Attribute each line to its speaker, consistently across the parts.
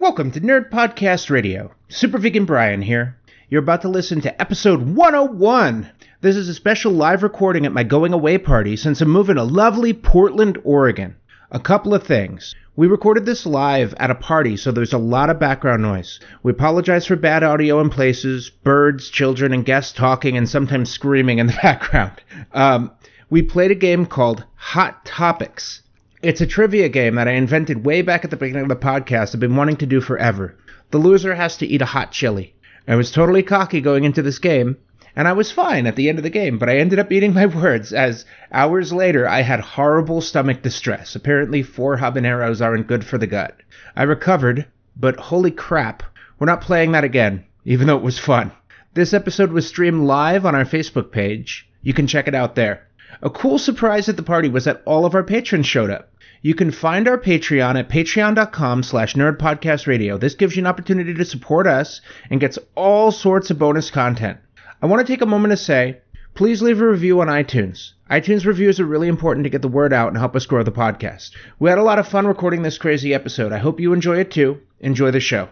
Speaker 1: Welcome to Nerd Podcast Radio. Super Vegan Brian here. You're about to listen to episode 101. This is a special live recording at my going away party since I'm moving to lovely Portland, Oregon. A couple of things. We recorded this live at a party, so there's a lot of background noise. We apologize for bad audio in places, birds, children, and guests talking and sometimes screaming in the background. Um, we played a game called Hot Topics. It's a trivia game that I invented way back at the beginning of the podcast. I've been wanting to do forever. The loser has to eat a hot chili. I was totally cocky going into this game, and I was fine at the end of the game, but I ended up eating my words as hours later I had horrible stomach distress. Apparently, four habaneros aren't good for the gut. I recovered, but holy crap, we're not playing that again, even though it was fun. This episode was streamed live on our Facebook page. You can check it out there. A cool surprise at the party was that all of our patrons showed up. You can find our Patreon at patreon.com slash nerdpodcastradio. This gives you an opportunity to support us and gets all sorts of bonus content. I want to take a moment to say, please leave a review on iTunes. iTunes reviews are really important to get the word out and help us grow the podcast. We had a lot of fun recording this crazy episode. I hope you enjoy it too. Enjoy the show.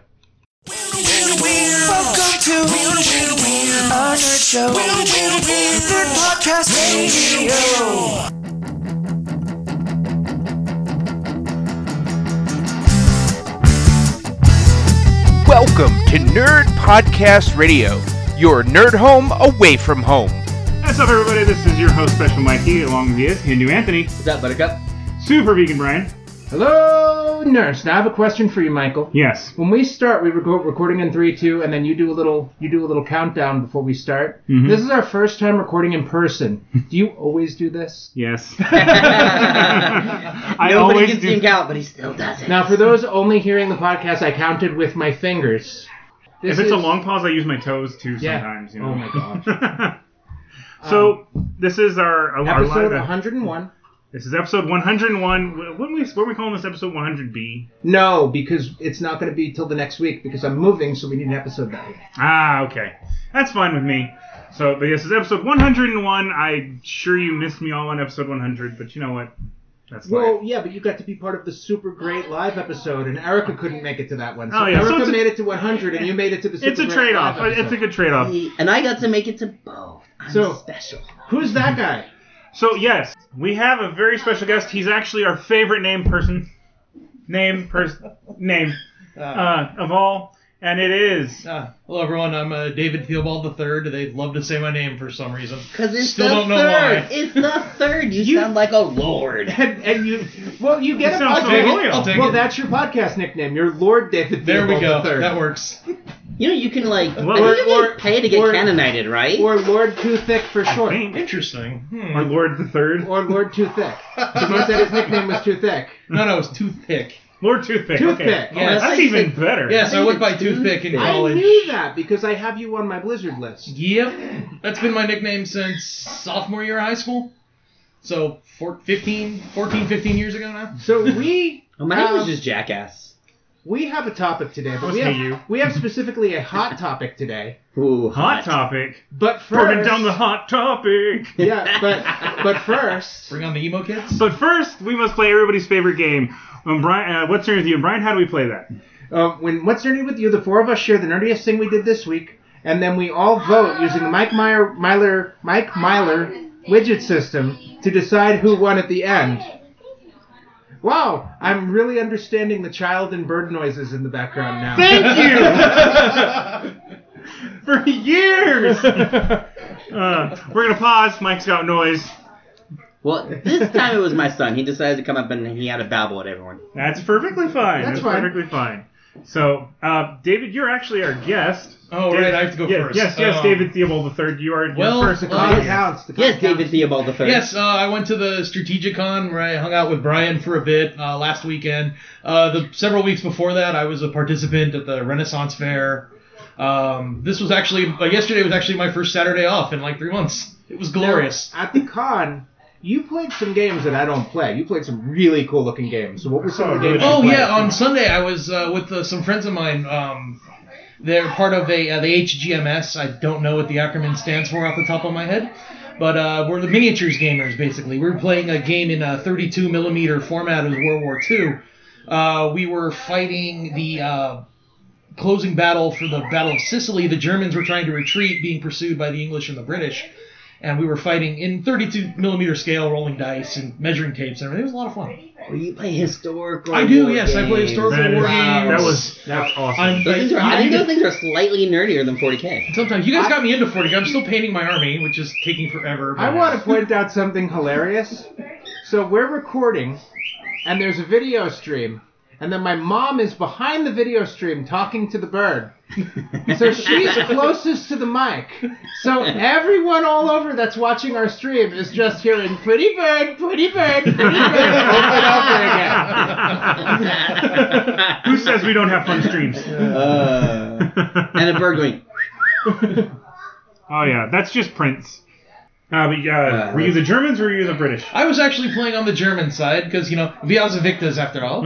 Speaker 2: Welcome to our nerd show, nerd podcast radio.
Speaker 1: Welcome to Nerd Podcast Radio, your nerd home away from home.
Speaker 3: What's up, everybody? This is your host, Special Mikey, along with you, Hindu Anthony,
Speaker 1: What's up, Buttercup?
Speaker 3: Super Vegan Brian.
Speaker 1: Hello, nurse. Now I have a question for you, Michael.
Speaker 3: Yes.
Speaker 1: When we start, we record recording in three, two, and then you do a little you do a little countdown before we start.
Speaker 3: Mm-hmm.
Speaker 1: This is our first time recording in person. do you always do this?
Speaker 3: Yes. I
Speaker 4: Nobody
Speaker 3: always
Speaker 4: can
Speaker 3: do.
Speaker 4: think out, but he still does it.
Speaker 1: Now, for those only hearing the podcast, I counted with my fingers. This
Speaker 3: If it's a
Speaker 1: is-
Speaker 3: long pause, I use my toes too
Speaker 1: Yeah.
Speaker 3: sometimes. You know?
Speaker 1: Oh my gosh. Um,
Speaker 3: god. so this is our, our
Speaker 1: episode
Speaker 3: live. uh,
Speaker 1: 101.
Speaker 3: This is episode 101. What are we what are we calling this episode 100B?
Speaker 1: No, because it's not going to be till the next week because I'm moving, so we need an episode that week.
Speaker 3: Ah, okay. That's fine with me. So, but yes, it's episode 101. I'm sure you missed me all on episode 100, but you know what? That's
Speaker 1: Well,
Speaker 3: life.
Speaker 1: yeah, but you got to be part of the super great live episode, and Erica couldn't make it to that one. So
Speaker 3: Oh, yeah, so
Speaker 1: Erica
Speaker 3: it's a-
Speaker 1: made it to 100, and you made it to the super
Speaker 3: It's a
Speaker 1: great
Speaker 3: trade off.
Speaker 1: live
Speaker 3: It's a
Speaker 1: episode.
Speaker 3: good trade off.
Speaker 4: He- and I got to make it to both. I'm
Speaker 1: So-
Speaker 4: special.
Speaker 1: Who's that guy?
Speaker 3: So yes, we have a very special guest. He's actually our favorite name person, name person, name uh, of all, and it is
Speaker 5: Ah, hello everyone. I'm uh, David Theobald III. They love to say my name for some reason.
Speaker 4: Because it's
Speaker 5: Still
Speaker 4: the
Speaker 5: don't know
Speaker 4: third.
Speaker 5: why.
Speaker 4: It's the third. You, sound like a lord.
Speaker 1: And, and you, well, you get
Speaker 3: It
Speaker 1: a
Speaker 3: sounds so
Speaker 1: podcast.
Speaker 3: royal.
Speaker 5: I'll take
Speaker 1: well,
Speaker 5: it.
Speaker 1: that's your podcast nickname. You're Lord David.
Speaker 5: There we go.
Speaker 1: Theobald III.
Speaker 5: That works.
Speaker 4: You know, you can like. I
Speaker 3: or-
Speaker 4: think you can
Speaker 1: or-
Speaker 4: pay to get
Speaker 1: or-
Speaker 4: canonited, right?
Speaker 1: Or Lord Too Thick for short.
Speaker 3: Bing,
Speaker 5: Interesting. Hmm.
Speaker 3: or Lord the Third,
Speaker 1: Or Lord Too Thick. Because you said his nickname was Too Thick.
Speaker 5: No, no, it's toothpick.
Speaker 3: Lord Toothpick.
Speaker 1: Toothpick.
Speaker 3: Okay.
Speaker 5: Yeah,
Speaker 3: that's
Speaker 4: that's
Speaker 3: even
Speaker 4: like-
Speaker 3: better.
Speaker 5: Yes, I
Speaker 4: think
Speaker 5: went by
Speaker 4: it's
Speaker 5: toothpick in
Speaker 4: toothpick.
Speaker 1: I
Speaker 5: college.
Speaker 1: knew that because I have you on my Blizzard list.
Speaker 5: Yep, that's been my nickname since sophomore year of high school. So four, 15, 14, 15 years ago now.
Speaker 1: So we
Speaker 4: Oh, my name was
Speaker 1: Um,
Speaker 4: just jackass.
Speaker 1: we have a topic today, but
Speaker 3: Was
Speaker 1: we
Speaker 3: me
Speaker 1: have,
Speaker 3: you.
Speaker 1: we have specifically a hot topic today.
Speaker 4: Ooh,
Speaker 3: Hot topic.
Speaker 1: But
Speaker 3: Burning
Speaker 1: first,
Speaker 3: down the hot topic.
Speaker 1: yeah, but but first,
Speaker 5: Bring on the emo kids.
Speaker 3: But first, we must play everybody's favorite game. Um, Brian, uh, what's your you? Brian, how do we play that?
Speaker 1: uh, when what's nerdy with you, the four of us share the nerdiest thing we did this week, and then we all vote using the Mike Meyer Myler Mike Myler widget system to decide who won at the end. Wow, I'm really understanding the child and bird noises in the background now.
Speaker 3: Thank you. For years. Uh, we're gonna pause. Mike's got noise.
Speaker 4: Well, this time it was my son. He decided to come up and he had a babble at everyone.
Speaker 3: That's perfectly fine.
Speaker 1: That's
Speaker 3: That's,
Speaker 1: fine.
Speaker 3: perfectly fine. So, uh, David, you're actually our guest.
Speaker 5: Oh,
Speaker 3: David-
Speaker 5: right, I have to go
Speaker 3: yeah,
Speaker 5: first.
Speaker 3: Yes, yes,
Speaker 5: Um,
Speaker 3: David Theobald III. You are
Speaker 5: well,
Speaker 3: your first
Speaker 1: The
Speaker 5: uh,
Speaker 1: clock
Speaker 3: client.
Speaker 1: counts. The clock
Speaker 4: Yes, David
Speaker 1: counts.
Speaker 4: Theobald the third.
Speaker 5: Yes, uh, I went to the Strategicon where I hung out with Brian for a bit uh, last weekend. Uh, the several weeks before that, I was a participant at the Renaissance Fair. Um, this was actually uh, yesterday was actually my first Saturday off in like three months. It was glorious.
Speaker 1: Now, at the con, you played some games that I don't play. You played some really cool looking games. So what were some of the games?
Speaker 5: Oh
Speaker 1: you played?
Speaker 5: yeah, on Sunday I was uh, with uh, some friends of mine. Um, they're part of a uh, the HGMS. I don't know what the acronym stands for off the top of my head, but uh, we're the miniatures gamers basically. We were playing a game in a 32 millimeter format. It was World War II. Uh, we were fighting the uh, closing battle for the Battle of Sicily. The Germans were trying to retreat, being pursued by the English and the British. And we were fighting in 32 millimeter scale, rolling dice and measuring tapes and everything. It was a lot of fun.
Speaker 4: Well, Oh, you play historical.
Speaker 5: I do,
Speaker 4: war
Speaker 5: yes, I play
Speaker 4: games.
Speaker 5: historical
Speaker 3: That, is,
Speaker 5: war
Speaker 4: Wow.
Speaker 5: games.
Speaker 3: that was that's awesome.
Speaker 5: I'm-
Speaker 4: Those things are, I think
Speaker 5: You-
Speaker 4: those things are slightly nerdier than 40k.
Speaker 5: Sometimes you guys got me into 40. I'm still painting my army, which is taking forever.
Speaker 1: I want to point out something hilarious. So we're recording, and there's a video stream, and then my mom is behind the video stream talking to the bird. So she's closest to the mic. So everyone all over that's watching our stream is just hearing "Pretty bird, pretty bird, pretty bird" over and over again.
Speaker 3: Who says we don't have fun streams?
Speaker 4: Uh, and a bird going.
Speaker 3: oh yeah, that's just Prince. Uh, but, uh,
Speaker 4: Uh,
Speaker 3: were you the Germans or were you the British?
Speaker 5: I was actually playing on the German side because you know Vias Invictas after all.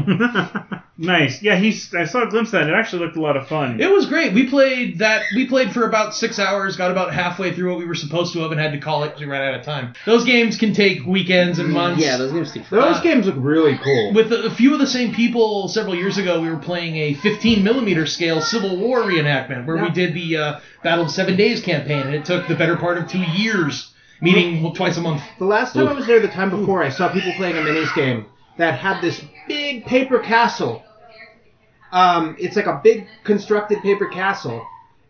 Speaker 3: nice. Yeah, he's. I saw a glimpse of that. It actually looked a lot of fun.
Speaker 5: it was great. We played that. We played for about six hours. Got about halfway through what we were supposed to have and had to call it because we ran out of time. Those games can take weekends and months.
Speaker 4: Mm, Yeah, those games take
Speaker 1: Those games look really cool.
Speaker 5: With a a few of the same people several years ago, we were playing a 15 millimeter scale Civil War reenactment where we did the uh, Battle of Seven Days campaign, and it took the better part of two years, meeting
Speaker 4: Mm.
Speaker 5: well, twice a month.
Speaker 1: The last time I was there, the time before, I saw people playing a minis game that had this big paper castle. Um, it's like a big constructed paper castle.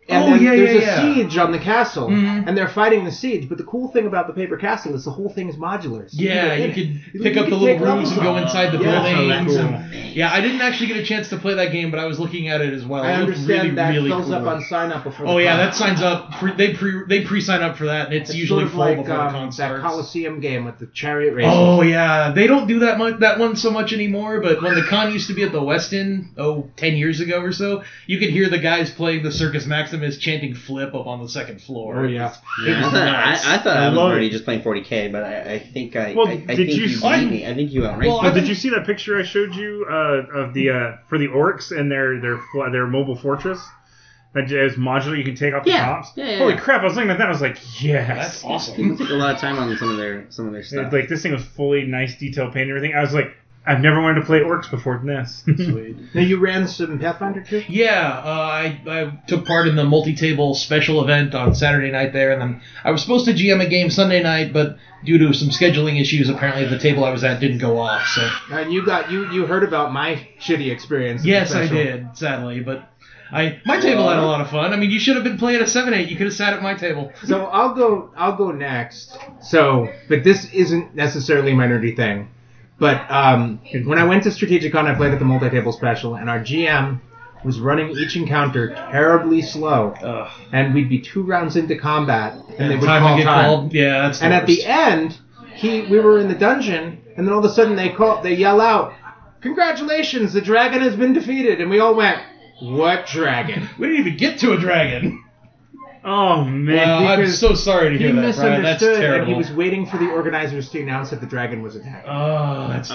Speaker 1: And
Speaker 5: Oh,
Speaker 1: then
Speaker 5: yeah,
Speaker 1: there's
Speaker 5: yeah,
Speaker 1: a
Speaker 5: yeah.
Speaker 1: siege on the castle,
Speaker 5: Mhm.
Speaker 1: and they're fighting the siege. But the cool thing about the paper castle is the whole thing is modular. So can
Speaker 5: Yeah, you
Speaker 1: get in it.
Speaker 5: could pick
Speaker 1: You
Speaker 5: up
Speaker 1: can
Speaker 5: the little
Speaker 1: take levels
Speaker 5: rooms and go
Speaker 1: up.
Speaker 5: inside the
Speaker 1: Yeah.
Speaker 5: buildings.
Speaker 4: Oh, that's
Speaker 5: and- yeah, I didn't actually get a chance to play that game, but I was looking at it as well.
Speaker 1: I
Speaker 5: It looked
Speaker 1: understand
Speaker 5: really,
Speaker 1: that
Speaker 5: really
Speaker 1: fills up
Speaker 5: cool.
Speaker 1: on sign up before.
Speaker 5: Oh
Speaker 1: the
Speaker 5: yeah,
Speaker 1: con.
Speaker 5: that signs up. Pre- They pre they pre sign up for that, and it's,
Speaker 1: It's
Speaker 5: usually
Speaker 1: sort of
Speaker 5: full
Speaker 1: like
Speaker 5: before the
Speaker 1: um,
Speaker 5: con
Speaker 1: that
Speaker 5: starts.
Speaker 1: Colosseum game with the chariot races.
Speaker 5: Oh yeah, they don't do that much that one so much anymore. But when the con used to be at the West End, oh, 10 years ago or so, you could hear the guys playing the Circus Maximus chanting "flip" up on the second floor.
Speaker 1: Oh, yeah.
Speaker 4: I thought I, I, thought I, was
Speaker 3: love
Speaker 4: already
Speaker 3: it.
Speaker 4: just playing 40k, but I, I think I,
Speaker 3: Well,
Speaker 4: I, I
Speaker 3: did
Speaker 4: think
Speaker 3: you
Speaker 4: you,
Speaker 3: see-
Speaker 4: beat me. I think you outranked
Speaker 5: Well,
Speaker 4: me.
Speaker 3: Well, did you see that picture I showed you uh, of the uh, for the orcs and their their fl- their mobile fortress? That j- is modular. You can take off the
Speaker 4: Yeah.
Speaker 3: tops.
Speaker 4: Yeah, yeah,
Speaker 3: Holy
Speaker 4: yeah.
Speaker 3: crap! I was looking at that. I was like, yes.
Speaker 5: that's awesome.
Speaker 4: People take a lot of time on some of their some of their
Speaker 3: It-
Speaker 4: stuff.
Speaker 3: like this thing was fully nice detail paint and everything. I was like, I've never wanted to play orcs before this.
Speaker 1: Now you ran some Pathfinder too.
Speaker 5: Yeah, uh, I, I took part in the multi-table special event on Saturday night there, and then I was supposed to GM a game Sunday night, but due to some scheduling issues, apparently the table I was at didn't go off. So
Speaker 1: And Uh, you got you you heard about my shitty experience. at the
Speaker 5: yes, I
Speaker 1: special.
Speaker 5: did, sadly, but I my table had a lot of fun. I mean, you should have been playing a seven eight. You could have sat at my table.
Speaker 1: So I'll go. I'll go next. So, but this isn't necessarily my nerdy thing. But um, when I went to Strategicon, I played at the multi-table special, and our GM was running each encounter terribly slow,
Speaker 5: Ugh.
Speaker 1: and we'd be two rounds into combat, and they would
Speaker 5: Time would
Speaker 1: call
Speaker 5: get
Speaker 1: time.
Speaker 5: called. Yeah, that's.
Speaker 1: And at
Speaker 5: worst.
Speaker 1: the end, he we were in the dungeon, and then all of a sudden they call they yell out, "Congratulations! The dragon has been defeated!" And we all went, "What dragon?"
Speaker 5: we didn't even get to a dragon.
Speaker 3: oh man.
Speaker 5: Wow, I'm
Speaker 1: because
Speaker 5: so sorry to
Speaker 1: He
Speaker 5: hear that, Brian. That's
Speaker 1: misunderstood, and
Speaker 5: terrible.
Speaker 1: he was waiting for the organizers to announce that the dragon was attacked.
Speaker 5: oh, that's.
Speaker 1: Uh,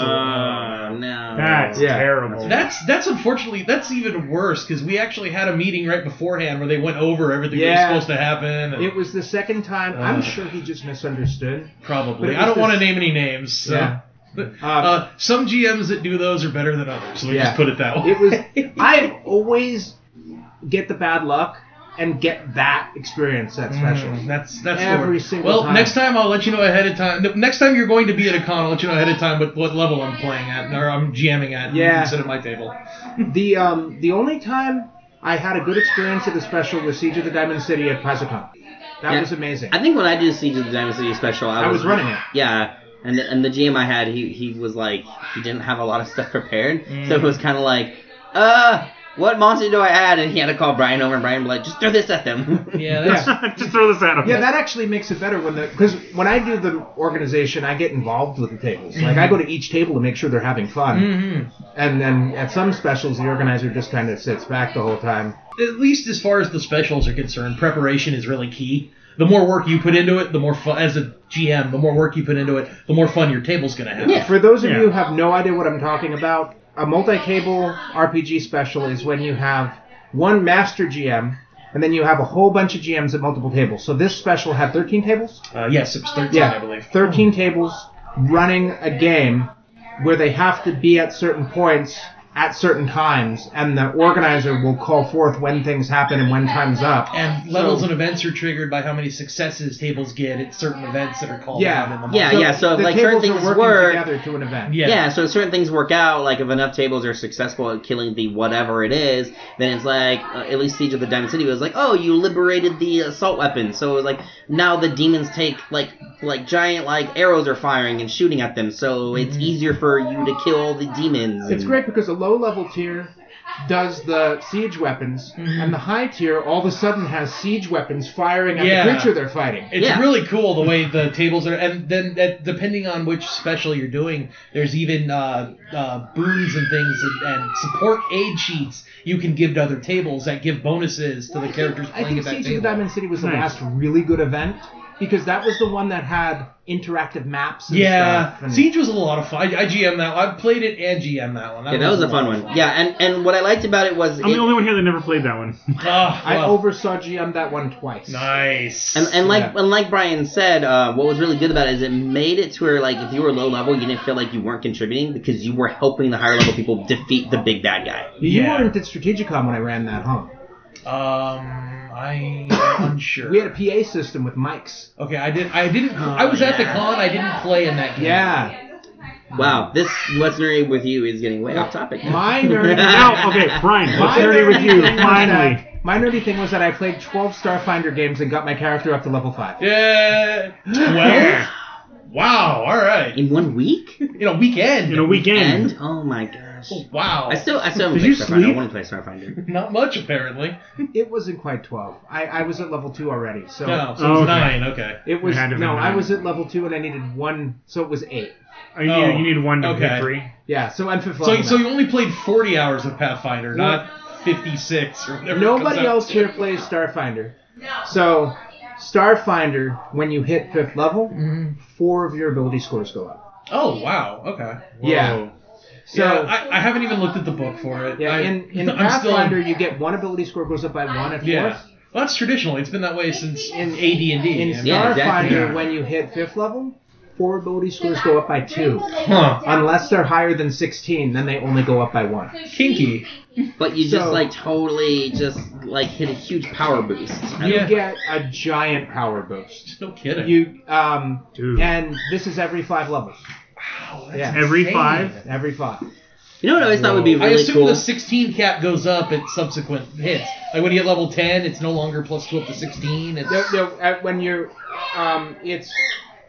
Speaker 4: Oh no.
Speaker 3: That's
Speaker 1: Yeah.
Speaker 3: terrible.
Speaker 5: that's that's unfortunately that's even worse because we actually had a meeting right beforehand where they went over everything
Speaker 1: Yeah.
Speaker 5: that was supposed to happen. and-
Speaker 1: It was the second time.
Speaker 5: Uh.
Speaker 1: I'm sure he just misunderstood. but
Speaker 5: probably.
Speaker 1: it
Speaker 5: I
Speaker 1: was
Speaker 5: don't want to
Speaker 1: this-
Speaker 5: name any names. So.
Speaker 1: Yeah.
Speaker 5: But,
Speaker 1: Uh,
Speaker 5: uh, some GMs that do those are better than others. Let me
Speaker 1: Yeah.
Speaker 5: just put it that way.
Speaker 1: It was. I always get the bad luck and get that experience at special.
Speaker 5: Mm, that's that's
Speaker 1: Every
Speaker 5: Lord.
Speaker 1: single
Speaker 5: well,
Speaker 1: time.
Speaker 5: next time I'll let you know ahead of time. the- Next time you're going to be at a con, I'll let you know ahead of time what, what level I'm playing at or I'm GMing at. and you
Speaker 1: Yeah.
Speaker 5: can sit at my table.
Speaker 1: The um the only time I had a good experience at the special was Siege of the Diamond City at PaizoCon. That
Speaker 4: Yeah.
Speaker 1: was amazing.
Speaker 4: I think when I did Siege of the Diamond City special, I,
Speaker 1: I was running it.
Speaker 4: Yeah, and the, and the GM I had, he he was like he didn't have a lot of stuff prepared, so it was kind of like, uh, what monster do I add? And he had to call Brian over, and Brian was like, just throw this at them.
Speaker 5: Yeah, that's,
Speaker 1: yeah.
Speaker 3: just throw this at him.
Speaker 1: Yeah, that actually makes it better when the because when I do the organization, I get involved with the tables. Like I go to each table to make sure they're having fun,
Speaker 4: Mm-hmm.
Speaker 1: and then at some specials, the organizer just kind of sits back the whole time.
Speaker 5: at least as far as the specials are concerned, preparation is really key. The more work you put into it, the more fun. As a GM, the more work you put into it, the more fun your table's gonna have.
Speaker 4: Yeah.
Speaker 1: For those of
Speaker 3: Yeah.
Speaker 1: you who have no idea what I'm talking about, a multi-table RPG special is when you have one master GM. And then you have a whole bunch of GMs at multiple tables. So this special had 13 tables.
Speaker 5: Uh, yes, it was thirteen,
Speaker 1: Yeah,
Speaker 5: I believe.
Speaker 1: 13 tables running a game where they have to be at certain points at certain times, and the organizer will call forth when things happen and when time's up.
Speaker 5: And levels and events are triggered by how many successes tables get at certain events that are called
Speaker 1: Yeah.
Speaker 5: out in the month.
Speaker 4: Yeah, yeah. So if,
Speaker 1: the
Speaker 4: like certain
Speaker 1: tables
Speaker 4: things
Speaker 1: are working
Speaker 4: work,
Speaker 1: together to an event.
Speaker 5: Yeah.
Speaker 4: yeah. So if certain things work out, like if enough tables are successful at killing the whatever it is, then it's like uh, at least Siege of the Diamond City was like, oh, you liberated the assault weapon. So it was like now the demons take like like giant like arrows are firing and shooting at them, so it's easier for you to kill the demons.
Speaker 1: Mm-hmm. It's
Speaker 4: and-
Speaker 1: great because the low level tier does the siege weapons,
Speaker 5: Mm-hmm.
Speaker 1: and the high tier all of a sudden has siege weapons firing at
Speaker 5: Yeah.
Speaker 1: the creature they're fighting.
Speaker 5: It's
Speaker 4: Yeah.
Speaker 5: really cool the way the tables are, and then that, depending on which special you're doing, there's even uh, uh, boons and things and, and support aid sheets you can give to other tables that give bonuses to the characters
Speaker 1: I
Speaker 5: playing
Speaker 1: think
Speaker 5: at that
Speaker 1: Siege
Speaker 5: table.
Speaker 1: of the Diamond City was the
Speaker 3: Nice.
Speaker 1: last really good event because that was the one that had interactive maps. And stuff,
Speaker 5: yeah,
Speaker 1: and-
Speaker 5: Siege was a lot of fun. I, I GM that. one. I played it and GM that one.
Speaker 4: Yeah, that was a
Speaker 5: lot
Speaker 4: fun
Speaker 5: of
Speaker 4: one. Yeah, and and what I liked about it was
Speaker 3: I'm
Speaker 4: it-
Speaker 3: the only one here that never played that one.
Speaker 5: Ah,
Speaker 1: I
Speaker 5: well,
Speaker 1: oversaw GM that one twice.
Speaker 5: nice.
Speaker 4: And, and like
Speaker 1: Yeah.
Speaker 4: and like Brian said, uh, what was really good about it is it made it to where like if you were low level, you didn't feel like you weren't contributing because you were helping the higher level people defeat the big bad guy.
Speaker 1: You
Speaker 5: Yeah.
Speaker 1: weren't at Strategicon when I ran that home.
Speaker 5: um, I'm unsure.
Speaker 1: We had a PA system with mics.
Speaker 5: okay, I did. I didn't. I was at the
Speaker 4: yeah.
Speaker 5: con. I didn't play in that game.
Speaker 1: Yeah.
Speaker 4: Wow, this what's nerdy with you is getting way off topic.
Speaker 1: My nerdy
Speaker 3: now, okay, Brian, what's nerdy with you?
Speaker 1: thing was
Speaker 3: Finally.
Speaker 1: that- my nerdy thing was that I played 12 Starfinder games and got my character up to level 5.
Speaker 5: Yeah. Twelve. wow. All right.
Speaker 4: In one week?
Speaker 5: In a weekend.
Speaker 3: In a weekend.
Speaker 4: And oh my gosh.
Speaker 5: Oh, wow.
Speaker 4: I still I still
Speaker 3: Did
Speaker 4: haven't
Speaker 3: you
Speaker 4: played Starfinder. I
Speaker 3: sleep?
Speaker 4: want to play Starfinder.
Speaker 5: Not much apparently.
Speaker 1: It wasn't quite 12. I, I was at level 2 already, so.
Speaker 5: No, so it's
Speaker 3: Okay.
Speaker 5: nine. Okay.
Speaker 1: It was
Speaker 3: It had to
Speaker 1: no.
Speaker 3: have been
Speaker 1: I
Speaker 3: nine.
Speaker 1: was at level two and I needed one, so it was eight.
Speaker 3: Oh, you,
Speaker 5: Oh,
Speaker 3: need, you need one to
Speaker 5: okay.
Speaker 3: pick three.
Speaker 1: Yeah, so I'm fifth
Speaker 5: So,
Speaker 1: level.
Speaker 5: so
Speaker 1: now.
Speaker 5: you only played forty hours of Pathfinder, not fifty-six or whatever. it comes
Speaker 1: Nobody
Speaker 5: out
Speaker 1: else
Speaker 5: to.
Speaker 1: here plays Starfinder. So, Starfinder, when you hit fifth level,
Speaker 4: Mm-hmm.
Speaker 1: four of your ability scores go up.
Speaker 5: Oh wow. Okay.
Speaker 1: Yeah. So,
Speaker 5: yeah, I, I haven't even looked at the book for it.
Speaker 1: yeah,
Speaker 5: I,
Speaker 1: in, in
Speaker 5: I'm still-
Speaker 1: Pathfinder, you get one ability score goes up by one at
Speaker 5: yeah.
Speaker 1: fourth.
Speaker 5: Well, that's traditional. It's been that way since
Speaker 1: In-
Speaker 5: AD&D.
Speaker 1: In
Speaker 5: I mean,
Speaker 4: Yeah,
Speaker 1: Starfinder,
Speaker 4: exactly.
Speaker 5: Yeah.
Speaker 1: when you hit fifth level, four ability scores go up by two.
Speaker 5: Huh.
Speaker 1: Unless they're higher than 16, then they only go up by one.
Speaker 5: Kinky.
Speaker 4: But you just
Speaker 1: So-
Speaker 4: like totally just like hit a huge power boost. I
Speaker 5: Yeah.
Speaker 1: You get a giant power boost.
Speaker 5: No kidding.
Speaker 1: You um,
Speaker 3: Dude.
Speaker 1: and this is every five levels.
Speaker 5: wow, that's
Speaker 1: yeah.
Speaker 3: Every
Speaker 5: insane.
Speaker 3: five?
Speaker 1: Every five.
Speaker 4: You know what I always thought would be
Speaker 5: I
Speaker 4: really
Speaker 5: assume
Speaker 4: cool?
Speaker 5: the 16 cap goes up at subsequent hits. Like when you get level 10, it's no longer plus 2 up to 16. It's,
Speaker 1: No, no. uh, When you're, um, it's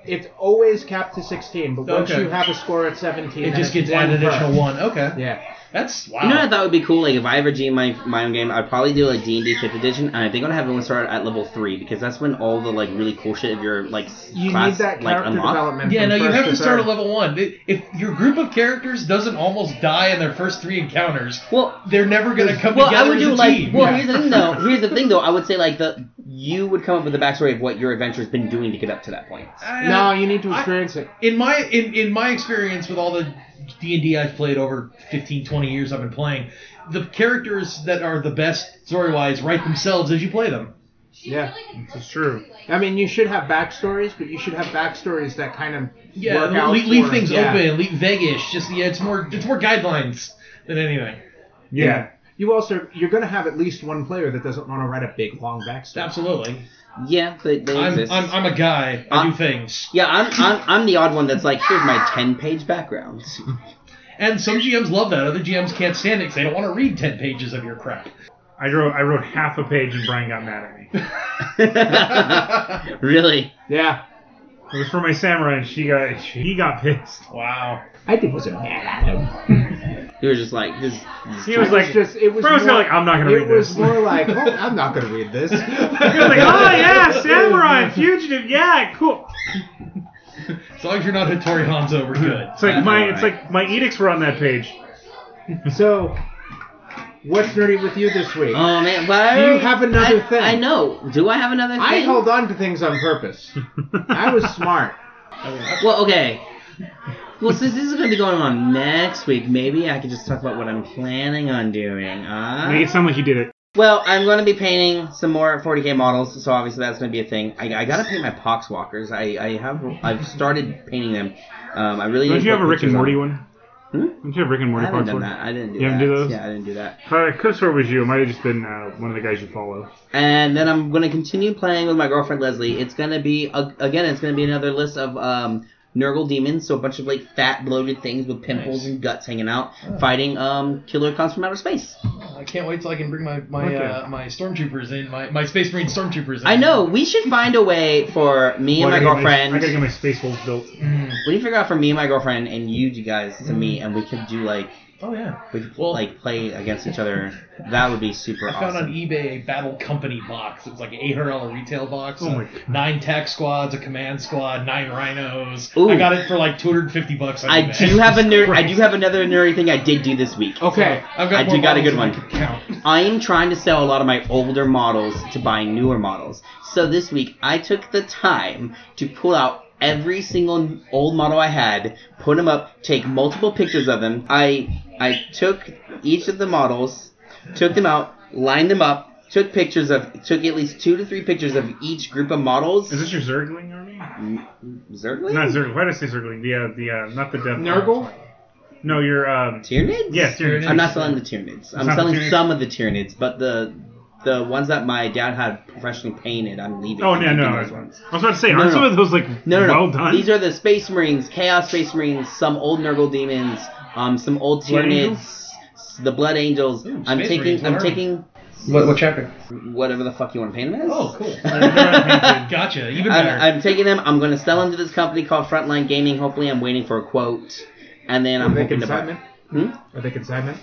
Speaker 1: it's always capped to 16, but once
Speaker 5: Okay.
Speaker 1: you have a score at 17,
Speaker 5: it
Speaker 1: then
Speaker 5: just
Speaker 1: it's
Speaker 5: gets an
Speaker 1: per.
Speaker 5: additional one. Okay.
Speaker 1: Yeah.
Speaker 5: That's wow.
Speaker 4: You know what I
Speaker 1: Oh.
Speaker 4: thought would be cool? Like if I ever GM my my own game, I'd probably do like D and D fifth edition, and I think I'd have everyone start at level three because that's when all the like really cool shit of your like s-
Speaker 1: You
Speaker 4: class
Speaker 1: need that character
Speaker 4: like unlock.
Speaker 1: development.
Speaker 5: yeah,
Speaker 1: from
Speaker 5: no, you
Speaker 1: first
Speaker 5: have to start
Speaker 1: third.
Speaker 5: at level 1. If- If your group of characters doesn't almost die in their first three encounters,
Speaker 4: Well,
Speaker 5: they're never going to come
Speaker 4: well,
Speaker 5: together
Speaker 4: I would
Speaker 5: as
Speaker 4: do
Speaker 5: a
Speaker 4: like.
Speaker 5: team.
Speaker 4: Well,
Speaker 5: Yeah.
Speaker 4: here's the thing though. Here's the thing though. I would say like the you would come up with the backstory of what your adventure's been doing to get up to that point.
Speaker 5: Uh,
Speaker 1: No, you need to
Speaker 5: I-
Speaker 1: experience it.
Speaker 5: in my in, in my experience with all the d&d i've played over 15 20 years i've been playing the characters that are the best story-wise write themselves as you play them
Speaker 1: Yeah.
Speaker 3: It's true.
Speaker 1: I mean, you should have backstories, but you should have backstories that kind of
Speaker 5: yeah
Speaker 1: work out
Speaker 5: leave, leave
Speaker 1: for-
Speaker 5: things
Speaker 1: yeah.
Speaker 5: open leave vaguish just yeah it's more it's more guidelines than anything
Speaker 3: Yeah.
Speaker 1: You also you're going to have at least one player that doesn't want to write a big long backstory.
Speaker 5: absolutely
Speaker 4: Yeah, they, they
Speaker 5: I'm,
Speaker 4: exist.
Speaker 5: I'm, I'm a guy i do
Speaker 4: Uh,
Speaker 5: things
Speaker 4: yeah, I'm, I'm I'm the odd one that's like, here's my ten page background.
Speaker 5: and some gms love that other gms can't stand it 'cause they don't want to read 10 pages of your crap
Speaker 3: I wrote I wrote half a page and Brian got mad at me.
Speaker 4: really?
Speaker 1: Yeah.
Speaker 3: It was for my samurai and she got she, he got pissed.
Speaker 5: wow
Speaker 1: I did wasn't mad at him.
Speaker 4: He was just like this.
Speaker 3: He was like,
Speaker 1: just it was
Speaker 3: Bro, it's
Speaker 1: more,
Speaker 3: like, I'm not gonna
Speaker 1: it
Speaker 3: read
Speaker 1: was
Speaker 3: this.
Speaker 1: more like oh, I'm not gonna read this.
Speaker 3: he was like,
Speaker 5: "Ah,
Speaker 3: oh yeah, samurai, fugitive, yeah, cool.
Speaker 5: as long as you're not Hattori Hanzo, we're good.
Speaker 3: It's like my it's like my edicts were on that page.
Speaker 1: so, what's nerdy with you this
Speaker 3: Um,
Speaker 1: week?
Speaker 4: Oh man, but
Speaker 1: Do you have another
Speaker 4: I,
Speaker 1: thing?
Speaker 4: I know. Do I have another thing?
Speaker 1: I hold on to things on purpose. I was smart.
Speaker 4: Well, okay. Well, since this is going to be going on next week, maybe I could just talk about what I'm planning on doing.
Speaker 3: Make
Speaker 4: Uh,
Speaker 3: it sound like you did it.
Speaker 4: well, I'm going to be painting some more 40k models, so obviously that's going to be a thing. I, I got to paint my poxwalkers. I, I have I've started painting them. Um, I really
Speaker 3: Don't
Speaker 4: need to
Speaker 3: you have
Speaker 4: put
Speaker 3: a Rick
Speaker 4: pictures
Speaker 3: and
Speaker 4: on
Speaker 3: Morty
Speaker 4: them.
Speaker 3: one?
Speaker 4: Hmm?
Speaker 3: Didn't you have Rick and
Speaker 4: I
Speaker 3: Morty
Speaker 4: haven't done
Speaker 3: Foxworth?
Speaker 4: that. I didn't do
Speaker 3: You
Speaker 4: that.
Speaker 3: haven't do those?
Speaker 4: Yeah, I didn't do that.
Speaker 3: I could have swore it was you. It might have just been uh, one of the guys you follow.
Speaker 4: And then I'm gonna continue playing with my girlfriend Leslie. It's gonna be a- again. It's gonna be another list of um, Nurgle demons, so a bunch of like fat, bloated things with pimples
Speaker 5: Nice.
Speaker 4: and guts hanging out,
Speaker 5: Oh.
Speaker 4: fighting um, killer cons from outer space.
Speaker 5: I can't wait till I can bring my my
Speaker 3: Okay.
Speaker 5: uh, my stormtroopers in my, my space marine stormtroopers. In.
Speaker 4: I know we should find a way for me
Speaker 3: Well,
Speaker 4: and my
Speaker 3: I gotta get
Speaker 4: girlfriend.
Speaker 3: I gotta get my space wolves built.
Speaker 5: Mm.
Speaker 4: we need to figure out for me and my girlfriend and you two guys to meet, and we could do like
Speaker 5: Oh yeah.
Speaker 4: we could
Speaker 5: Well-
Speaker 4: like play against each other. That would be super
Speaker 5: I found on
Speaker 4: awesome.
Speaker 5: eBay a Battle Company box. It was like an eight hundred dollar retail box.
Speaker 3: Oh
Speaker 5: uh,
Speaker 3: my God.
Speaker 5: Nine tack squads, a command squad, nine rhinos.
Speaker 4: Ooh.
Speaker 5: I got it for like two hundred fifty bucks. on
Speaker 4: I
Speaker 5: eBay.
Speaker 4: do have a nerd. I do have another nerdy thing I did do this week.
Speaker 1: Okay.
Speaker 5: I've got
Speaker 4: I
Speaker 5: more
Speaker 4: do got a
Speaker 5: models
Speaker 4: good
Speaker 5: than I
Speaker 4: one.
Speaker 5: could Count.
Speaker 4: I am trying to sell a lot of my older models to buy newer models. So this week I took the time to pull out every single old model I had, put them up, take multiple pictures of them. I I took each of the models, took them out, lined them up, took pictures of took at least two to three pictures of each group of models.
Speaker 3: Is this your Zergling army?
Speaker 4: Zergling?
Speaker 3: Not Zergling. Why did I say Zergling? The uh, the uh, not the death.
Speaker 1: Nurgle?
Speaker 3: No, your um.
Speaker 4: Tyranids?
Speaker 3: Yes, your.
Speaker 4: I'm not selling the Tyranids. I'm
Speaker 3: not the
Speaker 4: selling
Speaker 3: Tyranids.
Speaker 4: some of the Tyranids, but the the ones that my dad had professionally painted, I'm leaving.
Speaker 3: Oh
Speaker 4: I'm
Speaker 3: yeah,
Speaker 4: keeping
Speaker 3: no. I
Speaker 4: those
Speaker 3: was
Speaker 4: ones.
Speaker 3: about to say,
Speaker 4: No,
Speaker 3: aren't
Speaker 4: no.
Speaker 3: some of those like
Speaker 4: No, no, no.
Speaker 3: well done?
Speaker 4: These are the Space Marines, Chaos Space Marines, some old Nurgle demons, um, some old
Speaker 3: Blood
Speaker 4: Tyranids, s- the Blood Angels.
Speaker 5: Ooh,
Speaker 4: I'm
Speaker 5: Space
Speaker 4: taking,
Speaker 5: Marines,
Speaker 4: I'm
Speaker 5: what are
Speaker 4: taking
Speaker 5: What, what chapter?
Speaker 4: whatever the fuck you want to paint them as.
Speaker 5: Oh, cool.
Speaker 4: I'm,
Speaker 5: Gotcha. Even better.
Speaker 4: I'm taking them. I'm going to sell them to this company called Frontline Gaming. Hopefully, I'm waiting for a quote, and then I'm
Speaker 1: Are they
Speaker 4: hoping to buy.
Speaker 1: consignment?
Speaker 4: Hmm?
Speaker 1: Are they consignment?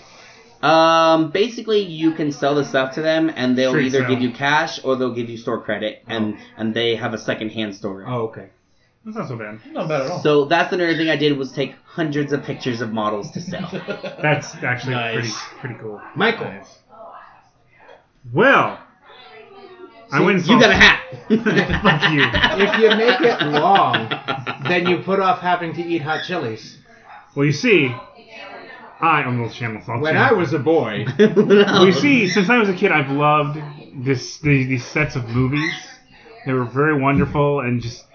Speaker 4: Um, basically, you can sell the stuff to them, and they'll
Speaker 3: Straight
Speaker 4: either
Speaker 3: sell.
Speaker 4: give you cash or they'll give you store credit, and and they have a second hand store.
Speaker 1: Oh, okay.
Speaker 3: That's not so bad.
Speaker 5: Not bad at all.
Speaker 4: So that's another thing I did was take hundreds of pictures of models to sell.
Speaker 3: That's actually
Speaker 5: Nice.
Speaker 3: pretty pretty cool.
Speaker 1: Michael.
Speaker 3: Well, I went. and
Speaker 4: you
Speaker 3: saw-
Speaker 4: got a hat.
Speaker 3: Fuck you.
Speaker 1: If you make it long, then you put off having to eat hot chilies.
Speaker 3: Well, you see, I almost channel salt.
Speaker 1: When
Speaker 3: channel.
Speaker 1: I was a boy,
Speaker 3: Well,
Speaker 4: Um,
Speaker 3: you see, since I was a kid, I've loved this these, these sets of movies. They were very wonderful and just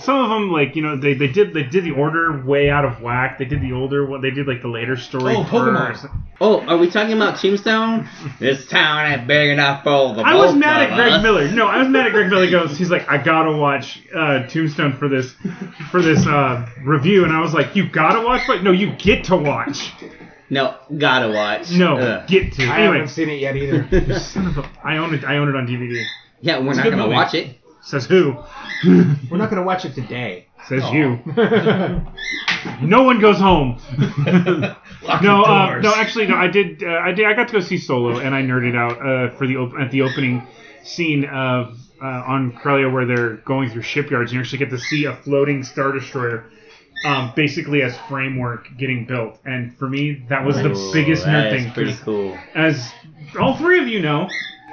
Speaker 3: some of them like you know they, they did they did the order way out of whack. They did the older one. They did like the later story.
Speaker 5: Oh, Pokemon.
Speaker 3: first.
Speaker 4: Oh, are we talking about Tombstone? this town ain't big enough for all the
Speaker 3: I was
Speaker 5: Oh,
Speaker 4: both
Speaker 3: mad
Speaker 4: of
Speaker 3: at Greg
Speaker 4: us.
Speaker 3: Miller. No, I was mad at Greg Miller. He Goes, he's like, I gotta watch uh, Tombstone for this, for this uh, review, and I was like, you gotta watch, but no, you get to watch.
Speaker 4: No, gotta watch.
Speaker 3: No,
Speaker 4: Ugh.
Speaker 3: get to.
Speaker 1: I
Speaker 3: Anyway,
Speaker 1: haven't seen it yet either.
Speaker 3: son of a, I own it. I own it on DVD.
Speaker 4: Yeah, we're
Speaker 5: a
Speaker 4: not
Speaker 5: good
Speaker 4: gonna
Speaker 5: movie.
Speaker 4: watch it.
Speaker 3: Says who?
Speaker 1: We're not going to watch it today.
Speaker 3: Says you. No one goes home.
Speaker 5: Lock
Speaker 3: No,
Speaker 5: the
Speaker 3: uh,
Speaker 5: doors.
Speaker 3: no. Actually, no. I did. Uh, I did. I got to go see Solo, and I nerded out uh, for the op- at the opening scene of uh, on Corellia where they're going through shipyards, and you actually get to see a floating star destroyer, um, basically as framework getting built. And for me, that was the
Speaker 4: Ooh,
Speaker 3: biggest nerd
Speaker 4: that is
Speaker 3: thing.
Speaker 4: Pretty
Speaker 3: 'cause
Speaker 4: cool.
Speaker 3: As all three of you know,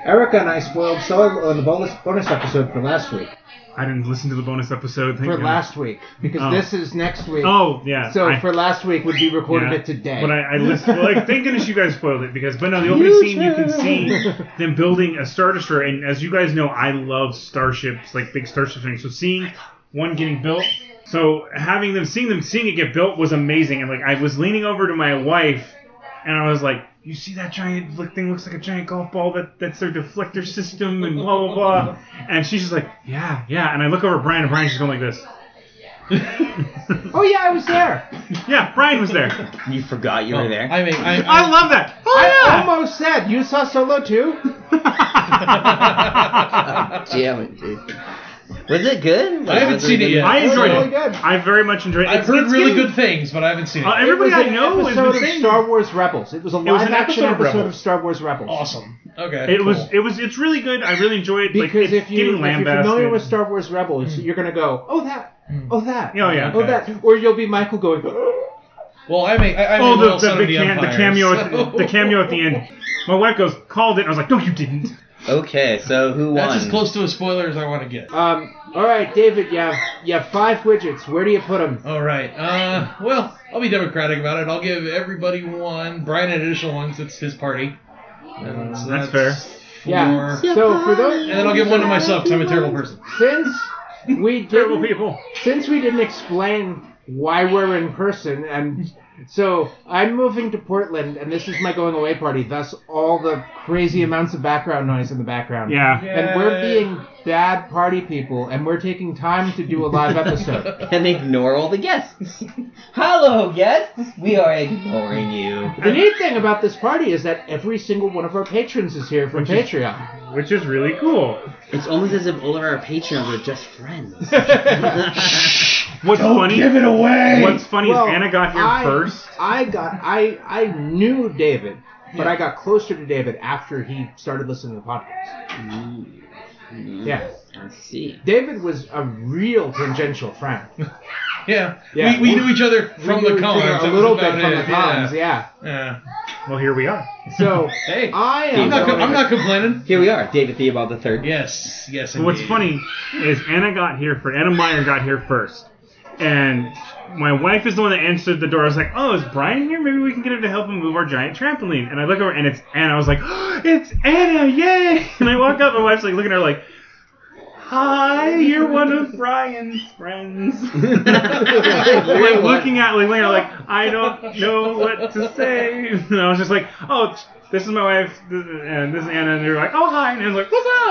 Speaker 1: Erica and I spoiled Solo on the bonus, bonus episode for last week.
Speaker 3: I didn't listen to the bonus episode. Thank
Speaker 1: For
Speaker 3: goodness.
Speaker 1: last week. Because
Speaker 3: Oh.
Speaker 1: this is next week.
Speaker 3: Oh yeah.
Speaker 1: So
Speaker 3: I-
Speaker 1: for last week, would be recorded
Speaker 3: Yeah.
Speaker 1: it today.
Speaker 3: But I, I listened. Like, thank goodness you guys spoiled it because, but no, the opening scene you can see them building a star destroyer, and as you guys know, I love starships, like big starship things. So seeing one getting built, so having them, seeing them, seeing it get built was amazing. And like, I was leaning over to my wife, and I was like, "You see that giant look- thing? Looks like a giant golf ball. That that's their deflector system, and blah blah blah." And she's just like, "Yeah, yeah." And I look over at Brian, and Brian's just going like this.
Speaker 1: oh yeah, I was there.
Speaker 3: Yeah, Brian was there.
Speaker 4: You forgot you were there.
Speaker 5: I mean, I,
Speaker 3: I love that. Oh yeah.
Speaker 1: I almost said you saw Solo too. oh
Speaker 4: Damn it, dude. Was it good?
Speaker 5: I haven't
Speaker 4: was
Speaker 5: seen it
Speaker 4: good?
Speaker 5: yet.
Speaker 3: I enjoyed
Speaker 1: really
Speaker 3: it.
Speaker 1: good.
Speaker 3: I very much enjoyed it.
Speaker 5: I've
Speaker 3: It's-
Speaker 5: heard
Speaker 3: it's
Speaker 5: really
Speaker 3: getting-
Speaker 5: good things, but I haven't seen it.
Speaker 3: Uh,
Speaker 1: It was
Speaker 3: everybody I
Speaker 1: an
Speaker 3: know has
Speaker 1: episode
Speaker 3: been
Speaker 1: of
Speaker 3: saying
Speaker 1: Star Wars Rebels. It was a
Speaker 3: was an
Speaker 1: live action
Speaker 3: episode of
Speaker 1: episode, of
Speaker 3: Rebels.
Speaker 1: Star Wars Rebels.
Speaker 5: awesome. Okay.
Speaker 3: it was.
Speaker 5: cool.
Speaker 3: It was. It's really good. I really enjoy it.
Speaker 1: Because
Speaker 3: like, it's
Speaker 1: if, you,
Speaker 3: getting
Speaker 1: if you're familiar
Speaker 3: lambasted.
Speaker 1: with Star Wars Rebels,
Speaker 5: Hmm.
Speaker 1: you're gonna go, oh that, oh that,
Speaker 3: Oh, yeah.
Speaker 1: oh
Speaker 5: Okay.
Speaker 1: that, or you'll be Michael going,
Speaker 5: Well, I mean, I, I
Speaker 3: oh,
Speaker 5: made
Speaker 3: the
Speaker 5: Little Son
Speaker 3: the,
Speaker 5: of
Speaker 3: big can, the
Speaker 5: Empire,
Speaker 3: cameo at
Speaker 5: so-
Speaker 3: the, the cameo at the end. My wife goes called it. and I was like, no, you didn't.
Speaker 4: Okay, so who won?
Speaker 5: That's as close to a spoiler as I want to get.
Speaker 3: Uh,
Speaker 1: um, all right, David, you have you have five widgets. Where do you put them?
Speaker 5: All right. Uh, well, I'll be democratic about it. I'll give everybody one. Brian an additional one since it's his party. And so
Speaker 3: Uh, That's
Speaker 5: Four.
Speaker 1: Yeah. So for those,
Speaker 5: And then I'll give one to myself because I'm a terrible person.
Speaker 1: since we
Speaker 3: Terrible
Speaker 1: didn't,
Speaker 3: people.
Speaker 1: since we didn't explain why we're in person and So I'm moving to Portland, and this is my going away party. Thus, all the crazy
Speaker 5: Hmm.
Speaker 1: amounts of background noise in the background.
Speaker 3: Yeah.
Speaker 1: And we're being bad party people, and we're taking time to do a live episode.
Speaker 4: and ignore all the guests. Hello, guests. We are ignoring you.
Speaker 1: the neat thing about this party is that every single one of our patrons is here from
Speaker 3: Which is-
Speaker 1: Patreon.
Speaker 3: Which is really cool.
Speaker 4: It's almost as if all of our patrons are just friends.
Speaker 3: What's funny? Give it away. What's funny
Speaker 1: Well,
Speaker 3: is Anna got here
Speaker 1: I-
Speaker 3: first.
Speaker 1: I got I I knew David, but I got closer to David after he started listening to the podcast.
Speaker 4: Mm.
Speaker 5: Mm-hmm.
Speaker 4: Mm.
Speaker 1: Yeah.
Speaker 4: I see.
Speaker 1: David was a real tangential friend.
Speaker 5: Yeah.
Speaker 1: Yeah.
Speaker 5: We, we knew each other from
Speaker 1: We
Speaker 5: the
Speaker 1: knew each other
Speaker 5: cons. that
Speaker 1: a
Speaker 5: was
Speaker 1: little bit
Speaker 5: about
Speaker 1: from
Speaker 5: it,
Speaker 1: the cons, yeah.
Speaker 5: Yeah.
Speaker 3: Well, here we are.
Speaker 1: So
Speaker 5: Hey,
Speaker 1: I am
Speaker 5: I'm not,
Speaker 1: going
Speaker 5: co- I'm
Speaker 1: to-
Speaker 5: not complaining.
Speaker 4: Here we are, David Theobald the Third.
Speaker 5: Yes, yes.
Speaker 3: But what's
Speaker 5: indeed.
Speaker 3: funny is Anna got here first. Anna Meyer got here first, and my wife is the one that answered the door. I was like, "Oh, is Brian here? Maybe we can get him to help him move our giant trampoline." And I look over, and it's Anna. I was like, "Oh, "It's Anna! Yay!" And I walk up, my wife's like looking at her like, "Hi, you're one of Brian's friends." like looking at like looking at her like I don't know what to say. And I was just like, "Oh, this is my wife, this is- and this is Anna." And they were like, "Oh, hi!" And I was like, "What's